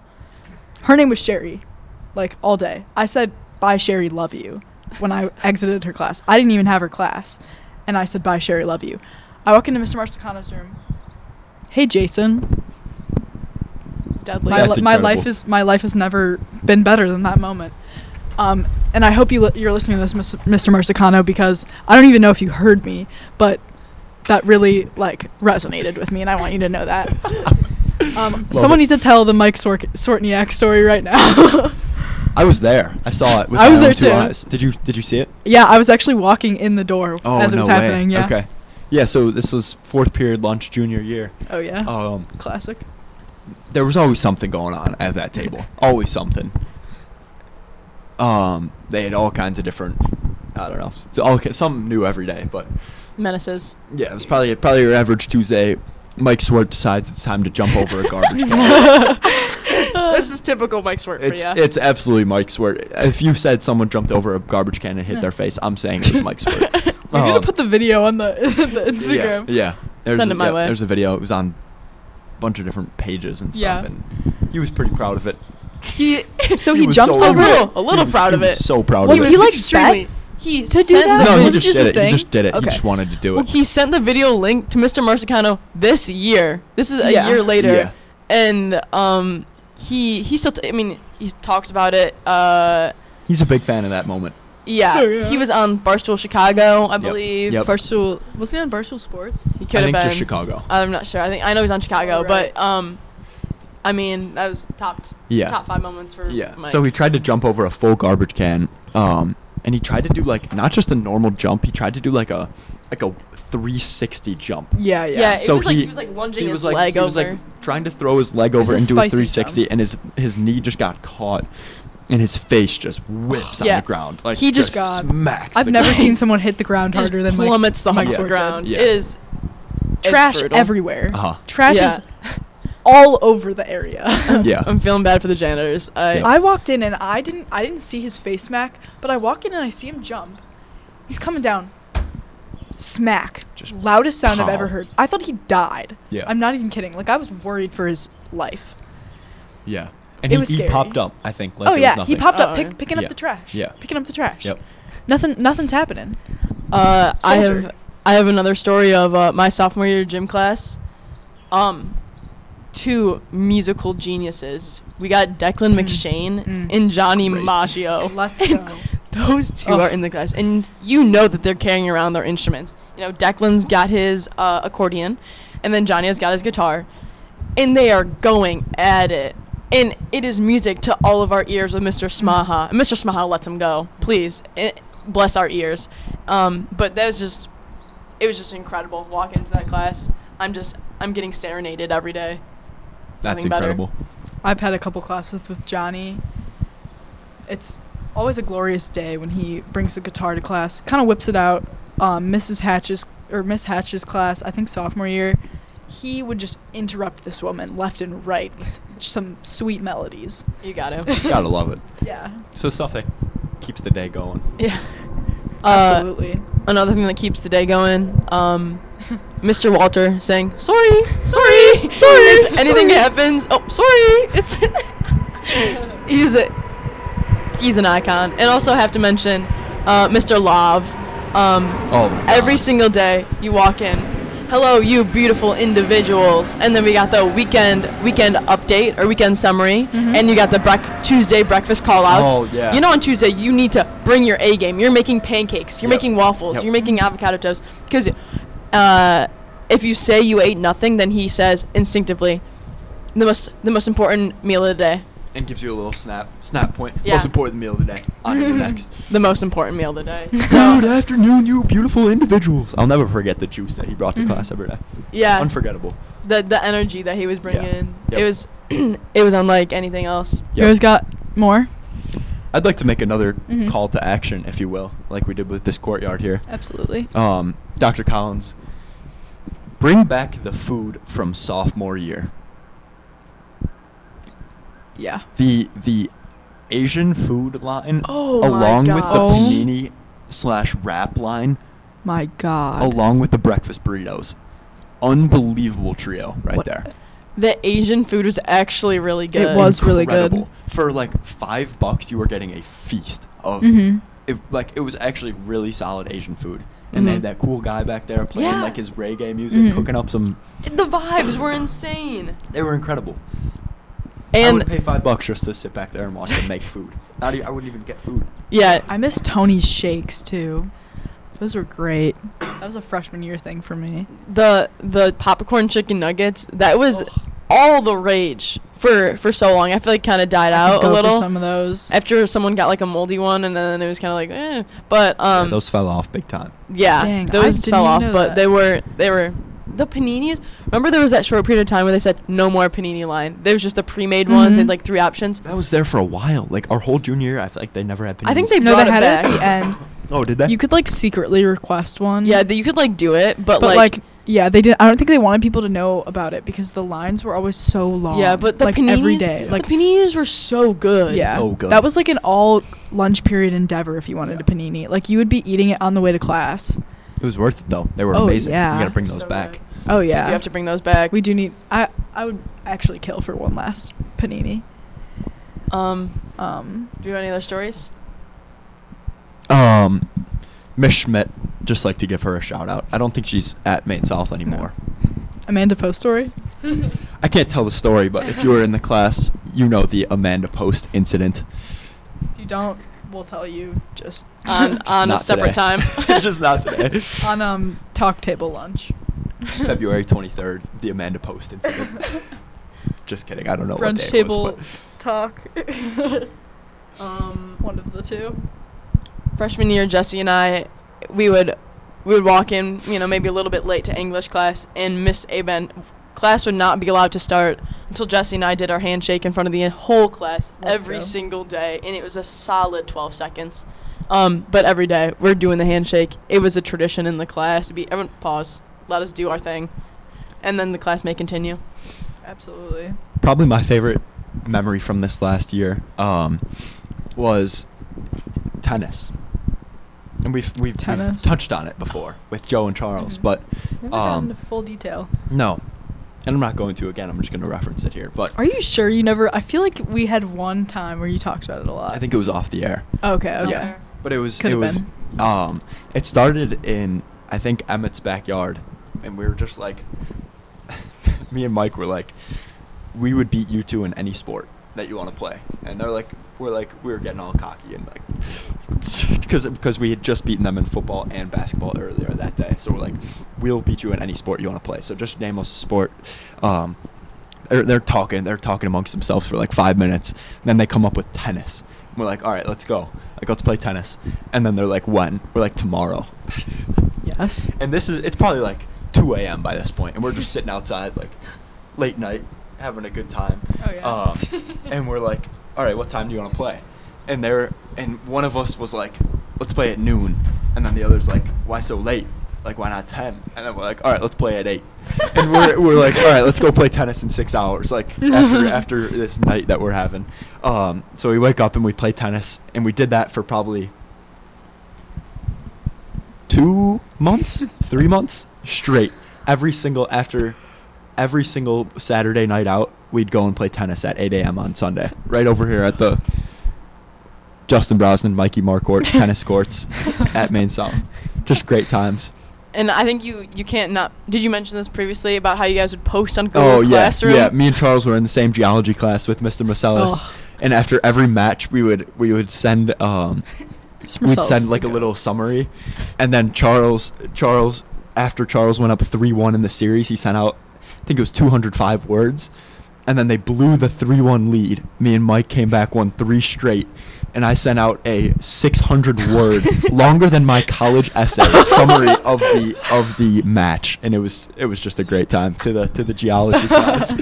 [SPEAKER 4] Her name was Sherry, like all day. I said, Bye, Sherry, love you when I exited her class. I didn't even have her class. And I said, Bye, Sherry, love you. I walk into Mr. Marsicano's room. Hey, Jason.
[SPEAKER 2] Deadly.
[SPEAKER 4] My,
[SPEAKER 1] That's
[SPEAKER 4] li- my
[SPEAKER 1] incredible.
[SPEAKER 4] life is my life has never been better than that moment. Um, and I hope you li- you're listening to this, Mis- Mr. Marsicano, because I don't even know if you heard me, but that really like resonated with me, and I want you to know that. Um,
[SPEAKER 1] it.
[SPEAKER 4] someone needs to tell the Mike Sork- Sortniak story right now.
[SPEAKER 1] I was there. I saw it. With
[SPEAKER 4] I
[SPEAKER 1] my
[SPEAKER 4] was
[SPEAKER 1] own
[SPEAKER 4] there
[SPEAKER 1] two
[SPEAKER 4] too.
[SPEAKER 1] Eyes. Did you Did you see it?
[SPEAKER 4] yeah, I was actually walking in the door as it was happening. Yeah.
[SPEAKER 1] Oh, Okay. Yeah. So this was fourth period lunch junior year.
[SPEAKER 4] Oh yeah.
[SPEAKER 1] Um,
[SPEAKER 4] Classic.
[SPEAKER 1] there was always something going on at that table. Always something. Um, they had all kinds of different. I don't know. s- All ki- some new every day, but
[SPEAKER 2] Menaces.
[SPEAKER 1] yeah, it was probably probably your average Tuesday. Mike Swart decides it's time to jump over a garbage can.
[SPEAKER 2] this is typical Mike Swart for
[SPEAKER 1] It's
[SPEAKER 2] ya.
[SPEAKER 1] it's absolutely Mike Swart. If you said someone jumped over a garbage can and hit their face, I'm saying it was Mike Swart.
[SPEAKER 4] We're gonna
[SPEAKER 1] Um,
[SPEAKER 4] put the video on the, the Instagram.
[SPEAKER 1] Yeah. yeah. There's
[SPEAKER 2] Send
[SPEAKER 1] a,
[SPEAKER 2] it my
[SPEAKER 1] yeah,
[SPEAKER 2] way.
[SPEAKER 1] There's a video. It was on a bunch of different pages and stuff,
[SPEAKER 4] Yeah.
[SPEAKER 1] and he was pretty proud of it.
[SPEAKER 4] He
[SPEAKER 2] So
[SPEAKER 1] He
[SPEAKER 2] he,
[SPEAKER 1] was
[SPEAKER 2] jumped
[SPEAKER 1] so
[SPEAKER 2] over.
[SPEAKER 1] angry.
[SPEAKER 2] A little proud of
[SPEAKER 1] he
[SPEAKER 2] it.
[SPEAKER 1] was so proud
[SPEAKER 4] was
[SPEAKER 1] of
[SPEAKER 4] he,
[SPEAKER 1] it.
[SPEAKER 2] was
[SPEAKER 4] like
[SPEAKER 2] extremely-
[SPEAKER 4] extremely
[SPEAKER 2] he
[SPEAKER 4] To do
[SPEAKER 2] sent
[SPEAKER 4] that?
[SPEAKER 2] the
[SPEAKER 1] no, he
[SPEAKER 4] was
[SPEAKER 2] vid-
[SPEAKER 1] just
[SPEAKER 4] just a
[SPEAKER 1] did it. He
[SPEAKER 4] thing?
[SPEAKER 1] just did it. He
[SPEAKER 4] Okay.
[SPEAKER 1] just wanted to do it.
[SPEAKER 2] he sent the video link to Mr. Marsicano this year. This is a
[SPEAKER 4] Yeah.
[SPEAKER 2] year later,
[SPEAKER 1] Yeah.
[SPEAKER 2] and um, he he still. T- I mean, he talks about it. Uh,
[SPEAKER 1] He's a big fan of that moment.
[SPEAKER 2] yeah.
[SPEAKER 4] Oh, yeah.
[SPEAKER 2] he was on Barstool Chicago, I
[SPEAKER 1] Yep.
[SPEAKER 2] believe.
[SPEAKER 1] Yep.
[SPEAKER 4] Barstool was he on Barstool Sports?
[SPEAKER 2] He could
[SPEAKER 1] I
[SPEAKER 2] have
[SPEAKER 1] think
[SPEAKER 2] been. Uh,
[SPEAKER 1] just Chicago.
[SPEAKER 2] I'm not sure. I think I know he's on Chicago,
[SPEAKER 4] Oh, right.
[SPEAKER 2] but um, I mean that was top
[SPEAKER 1] Yeah.
[SPEAKER 2] top five moments for
[SPEAKER 1] Yeah.
[SPEAKER 2] Mike.
[SPEAKER 1] So he tried to jump over a full garbage can, um, and he tried to do like not just a normal jump. He tried to do like a like a 360 jump.
[SPEAKER 4] Yeah,
[SPEAKER 2] yeah,
[SPEAKER 4] yeah.
[SPEAKER 2] it
[SPEAKER 1] so
[SPEAKER 2] was like
[SPEAKER 1] he-
[SPEAKER 2] he was like lunging
[SPEAKER 1] he
[SPEAKER 2] his
[SPEAKER 1] was like
[SPEAKER 2] leg
[SPEAKER 1] he was
[SPEAKER 2] over.
[SPEAKER 1] like trying to throw his leg over
[SPEAKER 4] a
[SPEAKER 1] and do a
[SPEAKER 4] spicy
[SPEAKER 1] 360,
[SPEAKER 4] jump.
[SPEAKER 1] and his his knee just got caught, and his face just whips
[SPEAKER 2] Yeah.
[SPEAKER 1] on the ground. Like
[SPEAKER 2] He just-
[SPEAKER 4] God.
[SPEAKER 1] smacks.
[SPEAKER 4] I've
[SPEAKER 1] the
[SPEAKER 4] never
[SPEAKER 1] ground.
[SPEAKER 4] seen someone hit the ground
[SPEAKER 2] Just
[SPEAKER 4] harder than Mike.
[SPEAKER 2] plummets the
[SPEAKER 4] Mike's
[SPEAKER 2] hard
[SPEAKER 4] work did.
[SPEAKER 2] ground.
[SPEAKER 1] Yeah.
[SPEAKER 2] It is it's
[SPEAKER 4] Trash
[SPEAKER 2] brutal.
[SPEAKER 4] everywhere.
[SPEAKER 1] Uh-huh.
[SPEAKER 4] Trash
[SPEAKER 2] Yeah.
[SPEAKER 4] is all over the area.
[SPEAKER 1] Yeah.
[SPEAKER 2] I'm feeling bad for the janitors. I,
[SPEAKER 1] Yeah.
[SPEAKER 4] I walked in and I didn't I didn't see his face smack, but I walk in and I see him jump. He's coming down. Smack.
[SPEAKER 1] Just
[SPEAKER 4] Loudest sound I've ever
[SPEAKER 1] pow.
[SPEAKER 4] heard. I thought he died.
[SPEAKER 1] Yeah.
[SPEAKER 4] I'm not even kidding. Like I was worried for his life.
[SPEAKER 1] Yeah. And
[SPEAKER 4] It
[SPEAKER 1] he,
[SPEAKER 4] was
[SPEAKER 1] he
[SPEAKER 4] scary.
[SPEAKER 1] popped up. I think. Like
[SPEAKER 4] oh
[SPEAKER 1] it was
[SPEAKER 4] yeah, he
[SPEAKER 1] nothing.
[SPEAKER 4] popped
[SPEAKER 2] Oh,
[SPEAKER 4] up pick,
[SPEAKER 2] yeah.
[SPEAKER 4] picking
[SPEAKER 1] Yeah.
[SPEAKER 4] up the trash.
[SPEAKER 1] Yeah.
[SPEAKER 4] Picking up the trash.
[SPEAKER 1] Yep.
[SPEAKER 4] Nothing nothing's happening.
[SPEAKER 2] Uh, I
[SPEAKER 4] Soldier.
[SPEAKER 2] have I have another story of uh, my sophomore year gym class. Um, two musical geniuses. We got Declan McShane
[SPEAKER 4] Mm.
[SPEAKER 2] and Johnny
[SPEAKER 1] Great.
[SPEAKER 2] Maggio.
[SPEAKER 4] Let's go.
[SPEAKER 2] Those two
[SPEAKER 4] Oh.
[SPEAKER 2] are in the class, and you know that they're carrying around their instruments. You know, Declan's got his uh, accordion, and then Johnny has got his guitar, and they are going at it. And it is music to all of our ears with Mr.
[SPEAKER 4] Mm.
[SPEAKER 2] Smaha. And Mr. Smaha lets him go, please. eh, bless our ears. Um, but that was just, it was just incredible. Walk into that class, I'm just, I'm getting serenaded every day.
[SPEAKER 1] That's
[SPEAKER 2] Nothing better.
[SPEAKER 1] incredible.
[SPEAKER 4] I've had a couple classes with Johnny. It's always a glorious day when he brings the guitar to class. Kind of whips it out. Um, Mrs. Hatch's or Miss Hatch's class, I think sophomore year, he would just interrupt this woman left and right with some sweet melodies.
[SPEAKER 2] You got to.
[SPEAKER 1] Gotta love it.
[SPEAKER 4] Yeah,
[SPEAKER 1] So stuff that keeps the day going.
[SPEAKER 2] yeah. Uh,
[SPEAKER 4] absolutely.
[SPEAKER 2] another thing that keeps the day going. Um, Mr. Walter saying, "Sorry, sorry, sorry." It's anything
[SPEAKER 4] sorry.
[SPEAKER 2] happens. Oh, sorry. It's he's a he's an icon, and also have to mention uh, Mr. Lav. Um,
[SPEAKER 1] Oh my God.
[SPEAKER 2] every single day you walk in, hello, you beautiful individuals, and then we got the weekend weekend update or weekend summary, and you got the break- Tuesday breakfast call outs.
[SPEAKER 1] Mm-hmm. Oh, yeah.
[SPEAKER 2] You know on Tuesday you need to bring your A game. You're making pancakes. You're
[SPEAKER 1] Yep.
[SPEAKER 2] making waffles.
[SPEAKER 1] Yep.
[SPEAKER 2] You're making avocado toast because uh, if you say you ate nothing, then he says instinctively the most the most important meal of the day.
[SPEAKER 1] and gives you a little snap snap point.
[SPEAKER 2] Yeah.
[SPEAKER 1] Most important meal of the day. On to the next.
[SPEAKER 2] The most important meal of the day.
[SPEAKER 1] Good afternoon, you beautiful individuals. I'll never forget the juice that he brought to class every day.
[SPEAKER 2] yeah.
[SPEAKER 1] Unforgeable.
[SPEAKER 2] the the energy that he was bringing.
[SPEAKER 1] Yep.
[SPEAKER 2] It was it was unlike anything else.
[SPEAKER 4] You guys got more?
[SPEAKER 1] I'd like to make another
[SPEAKER 4] Mhm.
[SPEAKER 1] call to action, if you will, like we did with this courtyard here.
[SPEAKER 4] Absolutely.
[SPEAKER 1] Um, Dr. Collins, bring back the food from sophomore year.
[SPEAKER 4] Yeah.
[SPEAKER 1] the the Asian food line
[SPEAKER 2] Oh my
[SPEAKER 1] along with the
[SPEAKER 2] gosh.
[SPEAKER 1] panini slash wrap line
[SPEAKER 4] My God.
[SPEAKER 1] along with the breakfast burritos. Unbelievable trio right
[SPEAKER 4] What-
[SPEAKER 1] there.
[SPEAKER 2] The Asian food was actually really good.
[SPEAKER 4] was really good.
[SPEAKER 1] Incredible. For like five bucks you were getting a feast of
[SPEAKER 3] Mm-hmm.
[SPEAKER 4] Mhm.
[SPEAKER 1] it, like it was actually really solid Asian food. And they had
[SPEAKER 2] Mhm.
[SPEAKER 1] that cool guy back there playing
[SPEAKER 2] Yeah.
[SPEAKER 1] like his reggae music,
[SPEAKER 4] Mhm.
[SPEAKER 1] cooking up some
[SPEAKER 2] The vibes were insane.
[SPEAKER 1] they were incredible. I would
[SPEAKER 2] And
[SPEAKER 1] pay five bucks just to sit back there and watch them make food. Not e- I wouldn't even get food.
[SPEAKER 2] yeah,
[SPEAKER 4] I miss Tony's shakes too. Those were great. That was a freshman year thing for me.
[SPEAKER 2] the the popcorn chicken nuggets that was
[SPEAKER 4] Ugh.
[SPEAKER 2] all the rage for for so long. I feel like kind of died
[SPEAKER 4] I could
[SPEAKER 2] out
[SPEAKER 4] go
[SPEAKER 2] a
[SPEAKER 4] for
[SPEAKER 2] little
[SPEAKER 4] some of those.
[SPEAKER 2] after someone got like a moldy one, and then it was kind of like, eh. but um,
[SPEAKER 1] yeah, those fell off big time.
[SPEAKER 2] Yeah,
[SPEAKER 4] Dang, I
[SPEAKER 2] those
[SPEAKER 4] didn't
[SPEAKER 2] fell
[SPEAKER 4] even
[SPEAKER 2] off,
[SPEAKER 4] know
[SPEAKER 2] but
[SPEAKER 4] that.
[SPEAKER 2] they were they were the paninis. Remember, there was that short period of time where they said no more panini line. There was just the pre-made ones and
[SPEAKER 4] Mhm.
[SPEAKER 2] like three options.
[SPEAKER 1] That was there for a while. Like our whole junior year, I feel like they never had. Paninis.
[SPEAKER 2] I think they
[SPEAKER 4] no,
[SPEAKER 2] brought
[SPEAKER 4] they
[SPEAKER 2] it
[SPEAKER 4] had
[SPEAKER 2] back.
[SPEAKER 4] it at the end.
[SPEAKER 1] Oh, did they?
[SPEAKER 4] You could like secretly request one.
[SPEAKER 2] Yeah, that you could like do it, but,
[SPEAKER 4] but like, yeah, they did. I don't think they wanted people to know about it because the lines were always so long.
[SPEAKER 2] yeah, but the
[SPEAKER 4] like
[SPEAKER 2] paninis,
[SPEAKER 4] every day,
[SPEAKER 1] Yeah.
[SPEAKER 4] like
[SPEAKER 2] the paninis were so good.
[SPEAKER 4] yeah,
[SPEAKER 1] so good.
[SPEAKER 4] that was like an all lunch period endeavor if you wanted
[SPEAKER 1] Yeah.
[SPEAKER 4] a panini. Like you would be eating it on the way to class.
[SPEAKER 1] it was worth it though. They were
[SPEAKER 4] Oh,
[SPEAKER 1] amazing.
[SPEAKER 4] yeah.
[SPEAKER 1] You gotta bring
[SPEAKER 2] So
[SPEAKER 1] those back.
[SPEAKER 2] good.
[SPEAKER 4] Oh
[SPEAKER 2] We
[SPEAKER 4] yeah,
[SPEAKER 2] do have to bring those back.
[SPEAKER 4] we do need. I I would actually kill for one last panini.
[SPEAKER 2] Um,
[SPEAKER 4] Um,
[SPEAKER 2] do you have any other stories?
[SPEAKER 1] Um, Miss Schmidt, just like to give her a shout out. I don't think she's at Maine South anymore.
[SPEAKER 4] Amanda Poe story.
[SPEAKER 1] I can't tell the story, but if you were in the class, you know the Amanda Post incident.
[SPEAKER 4] If you don't, we'll tell you just
[SPEAKER 2] On uh, on a
[SPEAKER 1] not
[SPEAKER 2] separate
[SPEAKER 1] today.
[SPEAKER 2] time.
[SPEAKER 1] Just not today.
[SPEAKER 4] on um talk table lunch.
[SPEAKER 1] February 23rd, the Amanda Post incident. Just kidding. I don't know what day
[SPEAKER 4] Brunch
[SPEAKER 1] it was,
[SPEAKER 4] table
[SPEAKER 1] but-
[SPEAKER 4] talk.
[SPEAKER 2] um,
[SPEAKER 4] One of the two.
[SPEAKER 2] freshman year, Jesse and I, we would we would walk in, you know, maybe a little bit late to English class, and Miss Aben class would not be allowed to start until Jesse and I did our handshake in front of the whole class
[SPEAKER 4] Let's
[SPEAKER 2] every
[SPEAKER 4] go.
[SPEAKER 2] single day, and it was a solid 12 seconds. Um, but every day we're doing the handshake. It was a tradition in the class. Be everyone pause, let us do our thing, and then the class may continue.
[SPEAKER 4] Absolutely.
[SPEAKER 1] probably my favorite memory from this last year um, was tennis. And we've, we've, we've
[SPEAKER 4] Tennis.
[SPEAKER 1] touched on it before with Joe and Charles,
[SPEAKER 4] Mhm.
[SPEAKER 1] but
[SPEAKER 4] Never
[SPEAKER 1] Um,
[SPEAKER 4] gone into full detail.
[SPEAKER 1] no. And I'm not going to again. I'm just going to reference it here. But
[SPEAKER 4] Are you sure you never? I feel like we had one time where you talked about it a lot.
[SPEAKER 1] I think it was off the air.
[SPEAKER 4] Okay. Okay.
[SPEAKER 1] Yeah. But it was
[SPEAKER 4] Could
[SPEAKER 1] it
[SPEAKER 4] have
[SPEAKER 1] was
[SPEAKER 4] been.
[SPEAKER 1] um it started in I think Emmett's backyard and we were just like me and Mike were like we would beat you two in any sport that you want to play. And they're like we're like we were getting all cocky and like because because we had just beaten them in football and basketball earlier that day. So we're like we'll beat you in any sport you want to play. So just name us a sport. Um they're, they're talking, they're talking amongst themselves for like five minutes. And then they come up with tennis. And we're like, all right, let's go. Like, let's play tennis. And then they're like, when? We're like, tomorrow.
[SPEAKER 4] Yes.
[SPEAKER 1] and this is, it's probably like 2 a.m. by this point, And we're just sitting outside, like, late night, having a good time.
[SPEAKER 4] Oh, yeah.
[SPEAKER 1] Um, and we're like, all right, what time do you want to play? And they're, and one of us was like, let's play at noon. And then the other's like, why so late? Like, why not 10? And then we're like, all right, let's play at 8. and we're, we're like, all right, let's go play tennis in six hours, like after after this night that we're having. Um, so we wake up and we play tennis, and we did that for probably two months, three months straight. Every single after every single Saturday night out, we'd go and play tennis at 8 a.m. on Sunday, right over here at the Justin Brosnan, Mikey Marcourt tennis courts at Main South. Just great times.
[SPEAKER 2] And I think you you can't not. Did you mention this previously about how you guys would post on Google
[SPEAKER 1] oh yeah,
[SPEAKER 2] Classroom?
[SPEAKER 1] yeah. Me and Charles were in the same geology class with Mr. Marcellus,
[SPEAKER 4] Oh.
[SPEAKER 1] and after every match, we would we would send um, we'd send like a little summary, and then Charles Charles after Charles went up three one in the series, he sent out I think it was two hundred five words, and then they blew the three one lead. Me and Mike came back won three straight. And I sent out a 600 word, longer than my college essay, summary of the of the match, and it was it was just a great time to the to the geology class.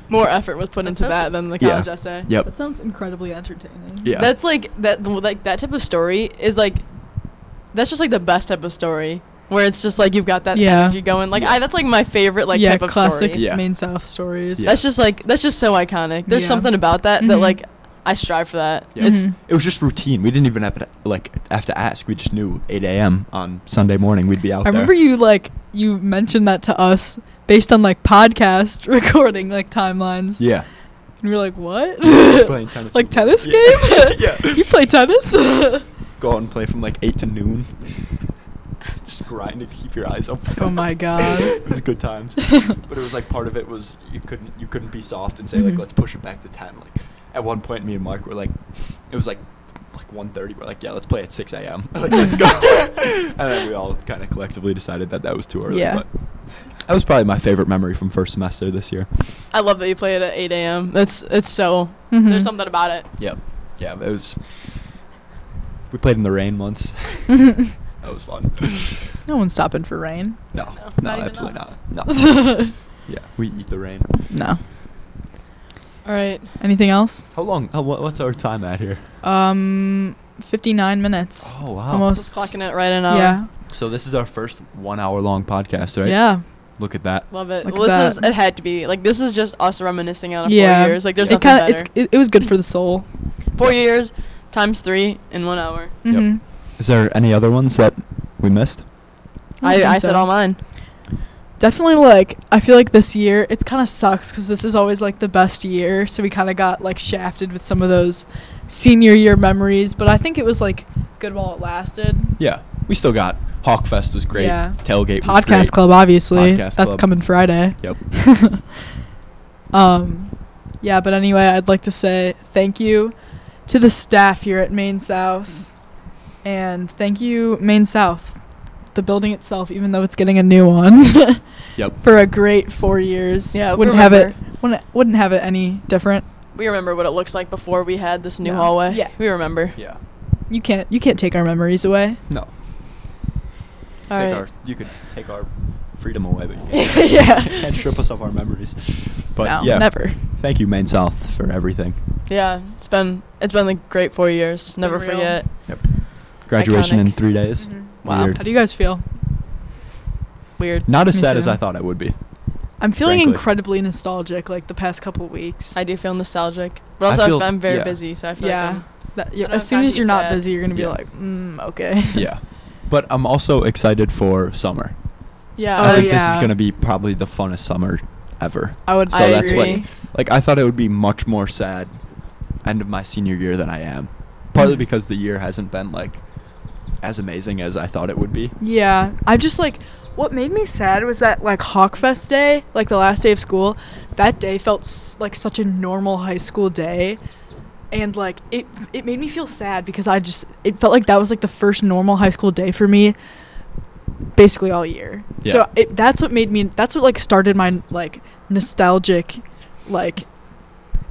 [SPEAKER 2] More effort was put
[SPEAKER 4] That
[SPEAKER 2] into
[SPEAKER 4] sounds-
[SPEAKER 2] that than the
[SPEAKER 1] Yeah.
[SPEAKER 2] college essay.
[SPEAKER 1] Yep.
[SPEAKER 4] That sounds incredibly entertaining.
[SPEAKER 1] Yeah.
[SPEAKER 2] That's like that like that type of story is like that's just like the best type of story where it's just like you've got that
[SPEAKER 4] Yeah.
[SPEAKER 2] energy going. Like
[SPEAKER 1] Yeah.
[SPEAKER 2] I that's like my favorite like
[SPEAKER 4] yeah,
[SPEAKER 2] type of
[SPEAKER 4] classic
[SPEAKER 2] story.
[SPEAKER 1] Yeah.
[SPEAKER 4] main south stories.
[SPEAKER 1] Yeah.
[SPEAKER 2] That's just like that's just so iconic. There's
[SPEAKER 4] Yeah.
[SPEAKER 2] something about that that
[SPEAKER 4] Mhm.
[SPEAKER 2] like I strive for that.
[SPEAKER 1] Yeah.
[SPEAKER 2] It's
[SPEAKER 4] Mhm.
[SPEAKER 1] It was just routine. We didn't even have to, like have to ask. We just knew 8 a.m. on Sunday morning we'd be out
[SPEAKER 4] I
[SPEAKER 1] there.
[SPEAKER 4] remember you like you mentioned that to us based on like podcast recording like timelines.
[SPEAKER 1] Yeah.
[SPEAKER 4] And we were like, what?
[SPEAKER 1] playing tennis.
[SPEAKER 4] like tennis game?
[SPEAKER 1] Yeah. yeah.
[SPEAKER 4] you play tennis?
[SPEAKER 1] Go out and play from like eight to noon. just grind and keep your eyes open.
[SPEAKER 4] Oh my God.
[SPEAKER 1] it was good times. But it was like part of it was you couldn't you couldn't be soft and say like
[SPEAKER 4] Mhm.
[SPEAKER 1] let's push it back to ten. Like at one point me and Mark were like it was like like 1.30 we're like yeah let's play at 6 a.m like let's go and then we all kind of collectively decided that that was too early
[SPEAKER 4] Yeah.
[SPEAKER 1] but that was probably my favorite memory from first semester this year
[SPEAKER 2] I love that you play it at 8 a.m. That's it's so
[SPEAKER 4] Mhm.
[SPEAKER 2] there's something about it.
[SPEAKER 1] Yep. Yeah, it was. We played in the rain once. that was fun.
[SPEAKER 4] no one's stopping for rain.
[SPEAKER 1] No,
[SPEAKER 2] No,
[SPEAKER 1] no,
[SPEAKER 2] not even
[SPEAKER 1] absolutely
[SPEAKER 2] us.
[SPEAKER 1] not. No.
[SPEAKER 4] no.
[SPEAKER 1] yeah, we eat the rain.
[SPEAKER 2] All right.
[SPEAKER 4] Anything else?
[SPEAKER 1] How long? How, wha- what's our time at here?
[SPEAKER 4] Um, 59 minutes.
[SPEAKER 1] Oh, wow.
[SPEAKER 2] Just
[SPEAKER 4] Almost.
[SPEAKER 2] clocking it right in hour.
[SPEAKER 4] yeah.
[SPEAKER 1] So this is our first one-hour-long podcast, right?
[SPEAKER 4] Yeah.
[SPEAKER 1] Look at that.
[SPEAKER 2] Love it.
[SPEAKER 4] Look
[SPEAKER 2] well,
[SPEAKER 4] at
[SPEAKER 2] this is
[SPEAKER 4] that.
[SPEAKER 2] it had to be like this is just us reminiscing on our
[SPEAKER 4] yeah.
[SPEAKER 2] four years. Like there's
[SPEAKER 4] it
[SPEAKER 2] nothing
[SPEAKER 4] kinda,
[SPEAKER 2] better.
[SPEAKER 4] It's, it, it was good for the soul.
[SPEAKER 2] four years times three in one hour.
[SPEAKER 1] Yep.
[SPEAKER 4] Mhm.
[SPEAKER 1] Is there any other ones that we missed?
[SPEAKER 4] I
[SPEAKER 2] I,
[SPEAKER 4] don't
[SPEAKER 2] I
[SPEAKER 4] think
[SPEAKER 2] said
[SPEAKER 4] so.
[SPEAKER 2] all mine.
[SPEAKER 4] definitely like I feel like this year it kind of sucks because this is always like the best year, so we kind of got like shafted with some of those senior year memories. But I think it was like good while it lasted.
[SPEAKER 1] Yeah, we still got Hawkfest was great.
[SPEAKER 4] Yeah.
[SPEAKER 1] Tailgate was great.
[SPEAKER 4] Podcast club, obviously.
[SPEAKER 1] Podcast
[SPEAKER 4] That's
[SPEAKER 1] club.
[SPEAKER 4] coming Friday.
[SPEAKER 1] Yep.
[SPEAKER 4] um, yeah, but anyway, I'd like to say thank you to the staff here at Maine South, and thank you Maine South, the building itself, even though it's getting a new one.
[SPEAKER 1] Yep.
[SPEAKER 4] For a great four years.
[SPEAKER 2] Yeah, we
[SPEAKER 4] wouldn't have it.
[SPEAKER 2] remember.
[SPEAKER 4] Wouldn't wouldn't have it any different.
[SPEAKER 2] We remember what it looks like before we had this new
[SPEAKER 4] Yeah.
[SPEAKER 2] hallway.
[SPEAKER 4] Yeah.
[SPEAKER 2] We remember.
[SPEAKER 1] Yeah.
[SPEAKER 4] You can't you can't take our memories away.
[SPEAKER 1] No.
[SPEAKER 2] All
[SPEAKER 1] take
[SPEAKER 2] right.
[SPEAKER 1] our, you could take our freedom away, but you can't,
[SPEAKER 2] Yeah.
[SPEAKER 1] can't strip us of our memories. But
[SPEAKER 4] no,
[SPEAKER 1] yeah,
[SPEAKER 4] never.
[SPEAKER 1] Thank you, Maine South, for everything.
[SPEAKER 2] Yeah, it's been it's been like great four years. Never
[SPEAKER 4] real.
[SPEAKER 2] forget.
[SPEAKER 1] Yep. Graduation in
[SPEAKER 2] Iconic.
[SPEAKER 1] three days.
[SPEAKER 2] Wow.
[SPEAKER 1] Weird.
[SPEAKER 4] How do you guys feel?
[SPEAKER 2] Weird.
[SPEAKER 1] Not as
[SPEAKER 4] Me
[SPEAKER 1] sad
[SPEAKER 4] too.
[SPEAKER 1] as I thought it would be.
[SPEAKER 4] I'm feeling
[SPEAKER 1] Frankly.
[SPEAKER 4] incredibly nostalgic like the past couple weeks.
[SPEAKER 2] I do feel nostalgic, but
[SPEAKER 1] I
[SPEAKER 2] also I
[SPEAKER 1] feel-
[SPEAKER 2] am very
[SPEAKER 1] yeah.
[SPEAKER 2] busy, so I feel
[SPEAKER 4] yeah.
[SPEAKER 2] like I'm
[SPEAKER 4] That-
[SPEAKER 2] I
[SPEAKER 4] yeah,
[SPEAKER 2] don't have
[SPEAKER 4] as soon
[SPEAKER 2] time
[SPEAKER 4] as
[SPEAKER 2] to
[SPEAKER 4] you're
[SPEAKER 2] get
[SPEAKER 4] not
[SPEAKER 2] sad.
[SPEAKER 4] busy, you're gonna be
[SPEAKER 1] Yeah.
[SPEAKER 4] like, mm, okay.
[SPEAKER 1] Yeah. But I'm also excited for summer.
[SPEAKER 2] yeah.
[SPEAKER 1] I
[SPEAKER 4] Oh,
[SPEAKER 1] think this
[SPEAKER 4] yeah.
[SPEAKER 1] is going to be probably the funnest summer ever.
[SPEAKER 4] I would.
[SPEAKER 1] So
[SPEAKER 2] I
[SPEAKER 1] that's
[SPEAKER 2] agree.
[SPEAKER 1] what, like, I thought it would be much more sad end of my senior year than I am.
[SPEAKER 4] Mm.
[SPEAKER 1] Partly because the year hasn't been, like, as amazing as I thought it would be.
[SPEAKER 4] Yeah, I just like what made me sad was that like Hawkfest day, like the last day of school, that day felt s- like such a normal high school day, and like it it made me feel sad because I just it felt like that was like the first normal high school day for me, basically all year.
[SPEAKER 1] Yeah.
[SPEAKER 4] So it, that's what made me. That's what like started my like nostalgic, like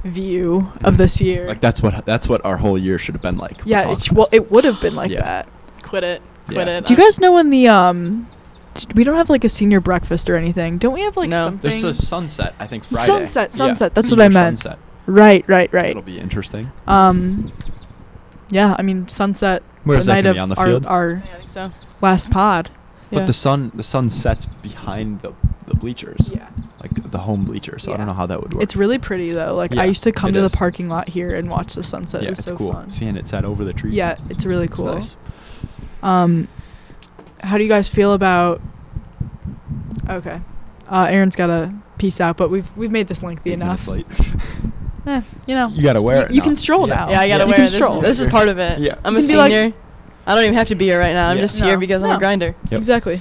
[SPEAKER 4] view of this year.
[SPEAKER 1] Like, that's what that's what our whole year should have been like. was
[SPEAKER 4] yeah, it's,
[SPEAKER 1] Hawkfest.
[SPEAKER 4] well, it would have been like
[SPEAKER 1] Yeah.
[SPEAKER 4] that.
[SPEAKER 2] quit it. Quit
[SPEAKER 1] Yeah.
[SPEAKER 2] it.
[SPEAKER 4] Do you
[SPEAKER 2] I'm-
[SPEAKER 4] guys know when the um? d- We don't have like a senior breakfast or anything. Don't we have like
[SPEAKER 2] No.
[SPEAKER 4] something?
[SPEAKER 1] There's a sunset, I think, Friday.
[SPEAKER 4] Sunset,
[SPEAKER 1] Yeah,
[SPEAKER 4] sunset, that's what
[SPEAKER 1] senior
[SPEAKER 4] I meant.
[SPEAKER 1] Sunset.
[SPEAKER 4] right, right,
[SPEAKER 1] It'll
[SPEAKER 4] right.
[SPEAKER 1] be interesting.
[SPEAKER 4] Um, yeah. I mean, sunset.
[SPEAKER 1] Where is
[SPEAKER 4] the
[SPEAKER 1] that
[SPEAKER 4] night
[SPEAKER 1] gonna
[SPEAKER 4] of
[SPEAKER 1] be on the
[SPEAKER 4] our,
[SPEAKER 1] field?
[SPEAKER 4] our
[SPEAKER 2] Yeah, I think so.
[SPEAKER 4] last pod.
[SPEAKER 2] Yeah.
[SPEAKER 1] But the sun the sun sets behind the, the bleachers. Like the home bleachers. So I
[SPEAKER 4] Yeah.
[SPEAKER 1] don't know how that would work.
[SPEAKER 4] It's really pretty though. Like
[SPEAKER 1] Yeah,
[SPEAKER 4] I used to come
[SPEAKER 1] it
[SPEAKER 4] to
[SPEAKER 1] is.
[SPEAKER 4] the parking lot here and watch the sunset.
[SPEAKER 1] yeah,
[SPEAKER 4] it was
[SPEAKER 1] it's
[SPEAKER 4] so
[SPEAKER 1] cool.
[SPEAKER 4] fun.
[SPEAKER 1] Seeing it set over the trees.
[SPEAKER 4] Yeah, it's really
[SPEAKER 1] It's
[SPEAKER 4] cool.
[SPEAKER 1] nice.
[SPEAKER 4] Um, how do you guys feel about? Okay, uh, Aaron's got to peace out, but we've we've made this lengthy
[SPEAKER 1] Eight minutes
[SPEAKER 4] enough.
[SPEAKER 1] late.
[SPEAKER 4] Eh, you know,
[SPEAKER 1] You gotta wear
[SPEAKER 4] You-
[SPEAKER 1] it.
[SPEAKER 4] you
[SPEAKER 1] now.
[SPEAKER 4] can stroll
[SPEAKER 1] yeah.
[SPEAKER 4] now.
[SPEAKER 2] Yeah, I gotta
[SPEAKER 4] Oh. You
[SPEAKER 2] wear
[SPEAKER 4] can
[SPEAKER 2] it. This, is-
[SPEAKER 4] stroll.
[SPEAKER 2] this is part of it.
[SPEAKER 1] Yeah.
[SPEAKER 2] I'm
[SPEAKER 4] You
[SPEAKER 2] a
[SPEAKER 4] can be like-
[SPEAKER 2] senior. I don't even have to be here right now. I'm
[SPEAKER 1] Yeah.
[SPEAKER 2] just
[SPEAKER 4] No.
[SPEAKER 2] here because I'm
[SPEAKER 4] No.
[SPEAKER 2] a grinder.
[SPEAKER 1] Yep.
[SPEAKER 4] Exactly.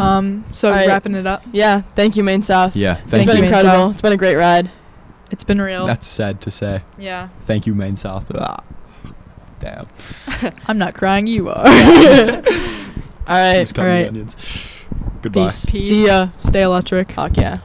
[SPEAKER 4] um, so
[SPEAKER 2] All right.
[SPEAKER 4] wrapping it up.
[SPEAKER 2] Yeah. Thank you, Maine South.
[SPEAKER 1] Yeah,
[SPEAKER 2] it's
[SPEAKER 1] thank
[SPEAKER 2] been
[SPEAKER 1] you.
[SPEAKER 4] Maine
[SPEAKER 2] incredible.
[SPEAKER 4] South.
[SPEAKER 2] It's been a great ride.
[SPEAKER 4] It's been real.
[SPEAKER 1] That's sad to say.
[SPEAKER 4] yeah.
[SPEAKER 1] Thank you, Maine South. Ah, damn.
[SPEAKER 4] I'm not crying. You are.
[SPEAKER 2] All right.
[SPEAKER 1] Who's cutting the
[SPEAKER 4] alright.
[SPEAKER 1] onions? Goodbye.
[SPEAKER 4] Peace.
[SPEAKER 2] See ya.
[SPEAKER 4] Stay electric.
[SPEAKER 2] Fuck yeah.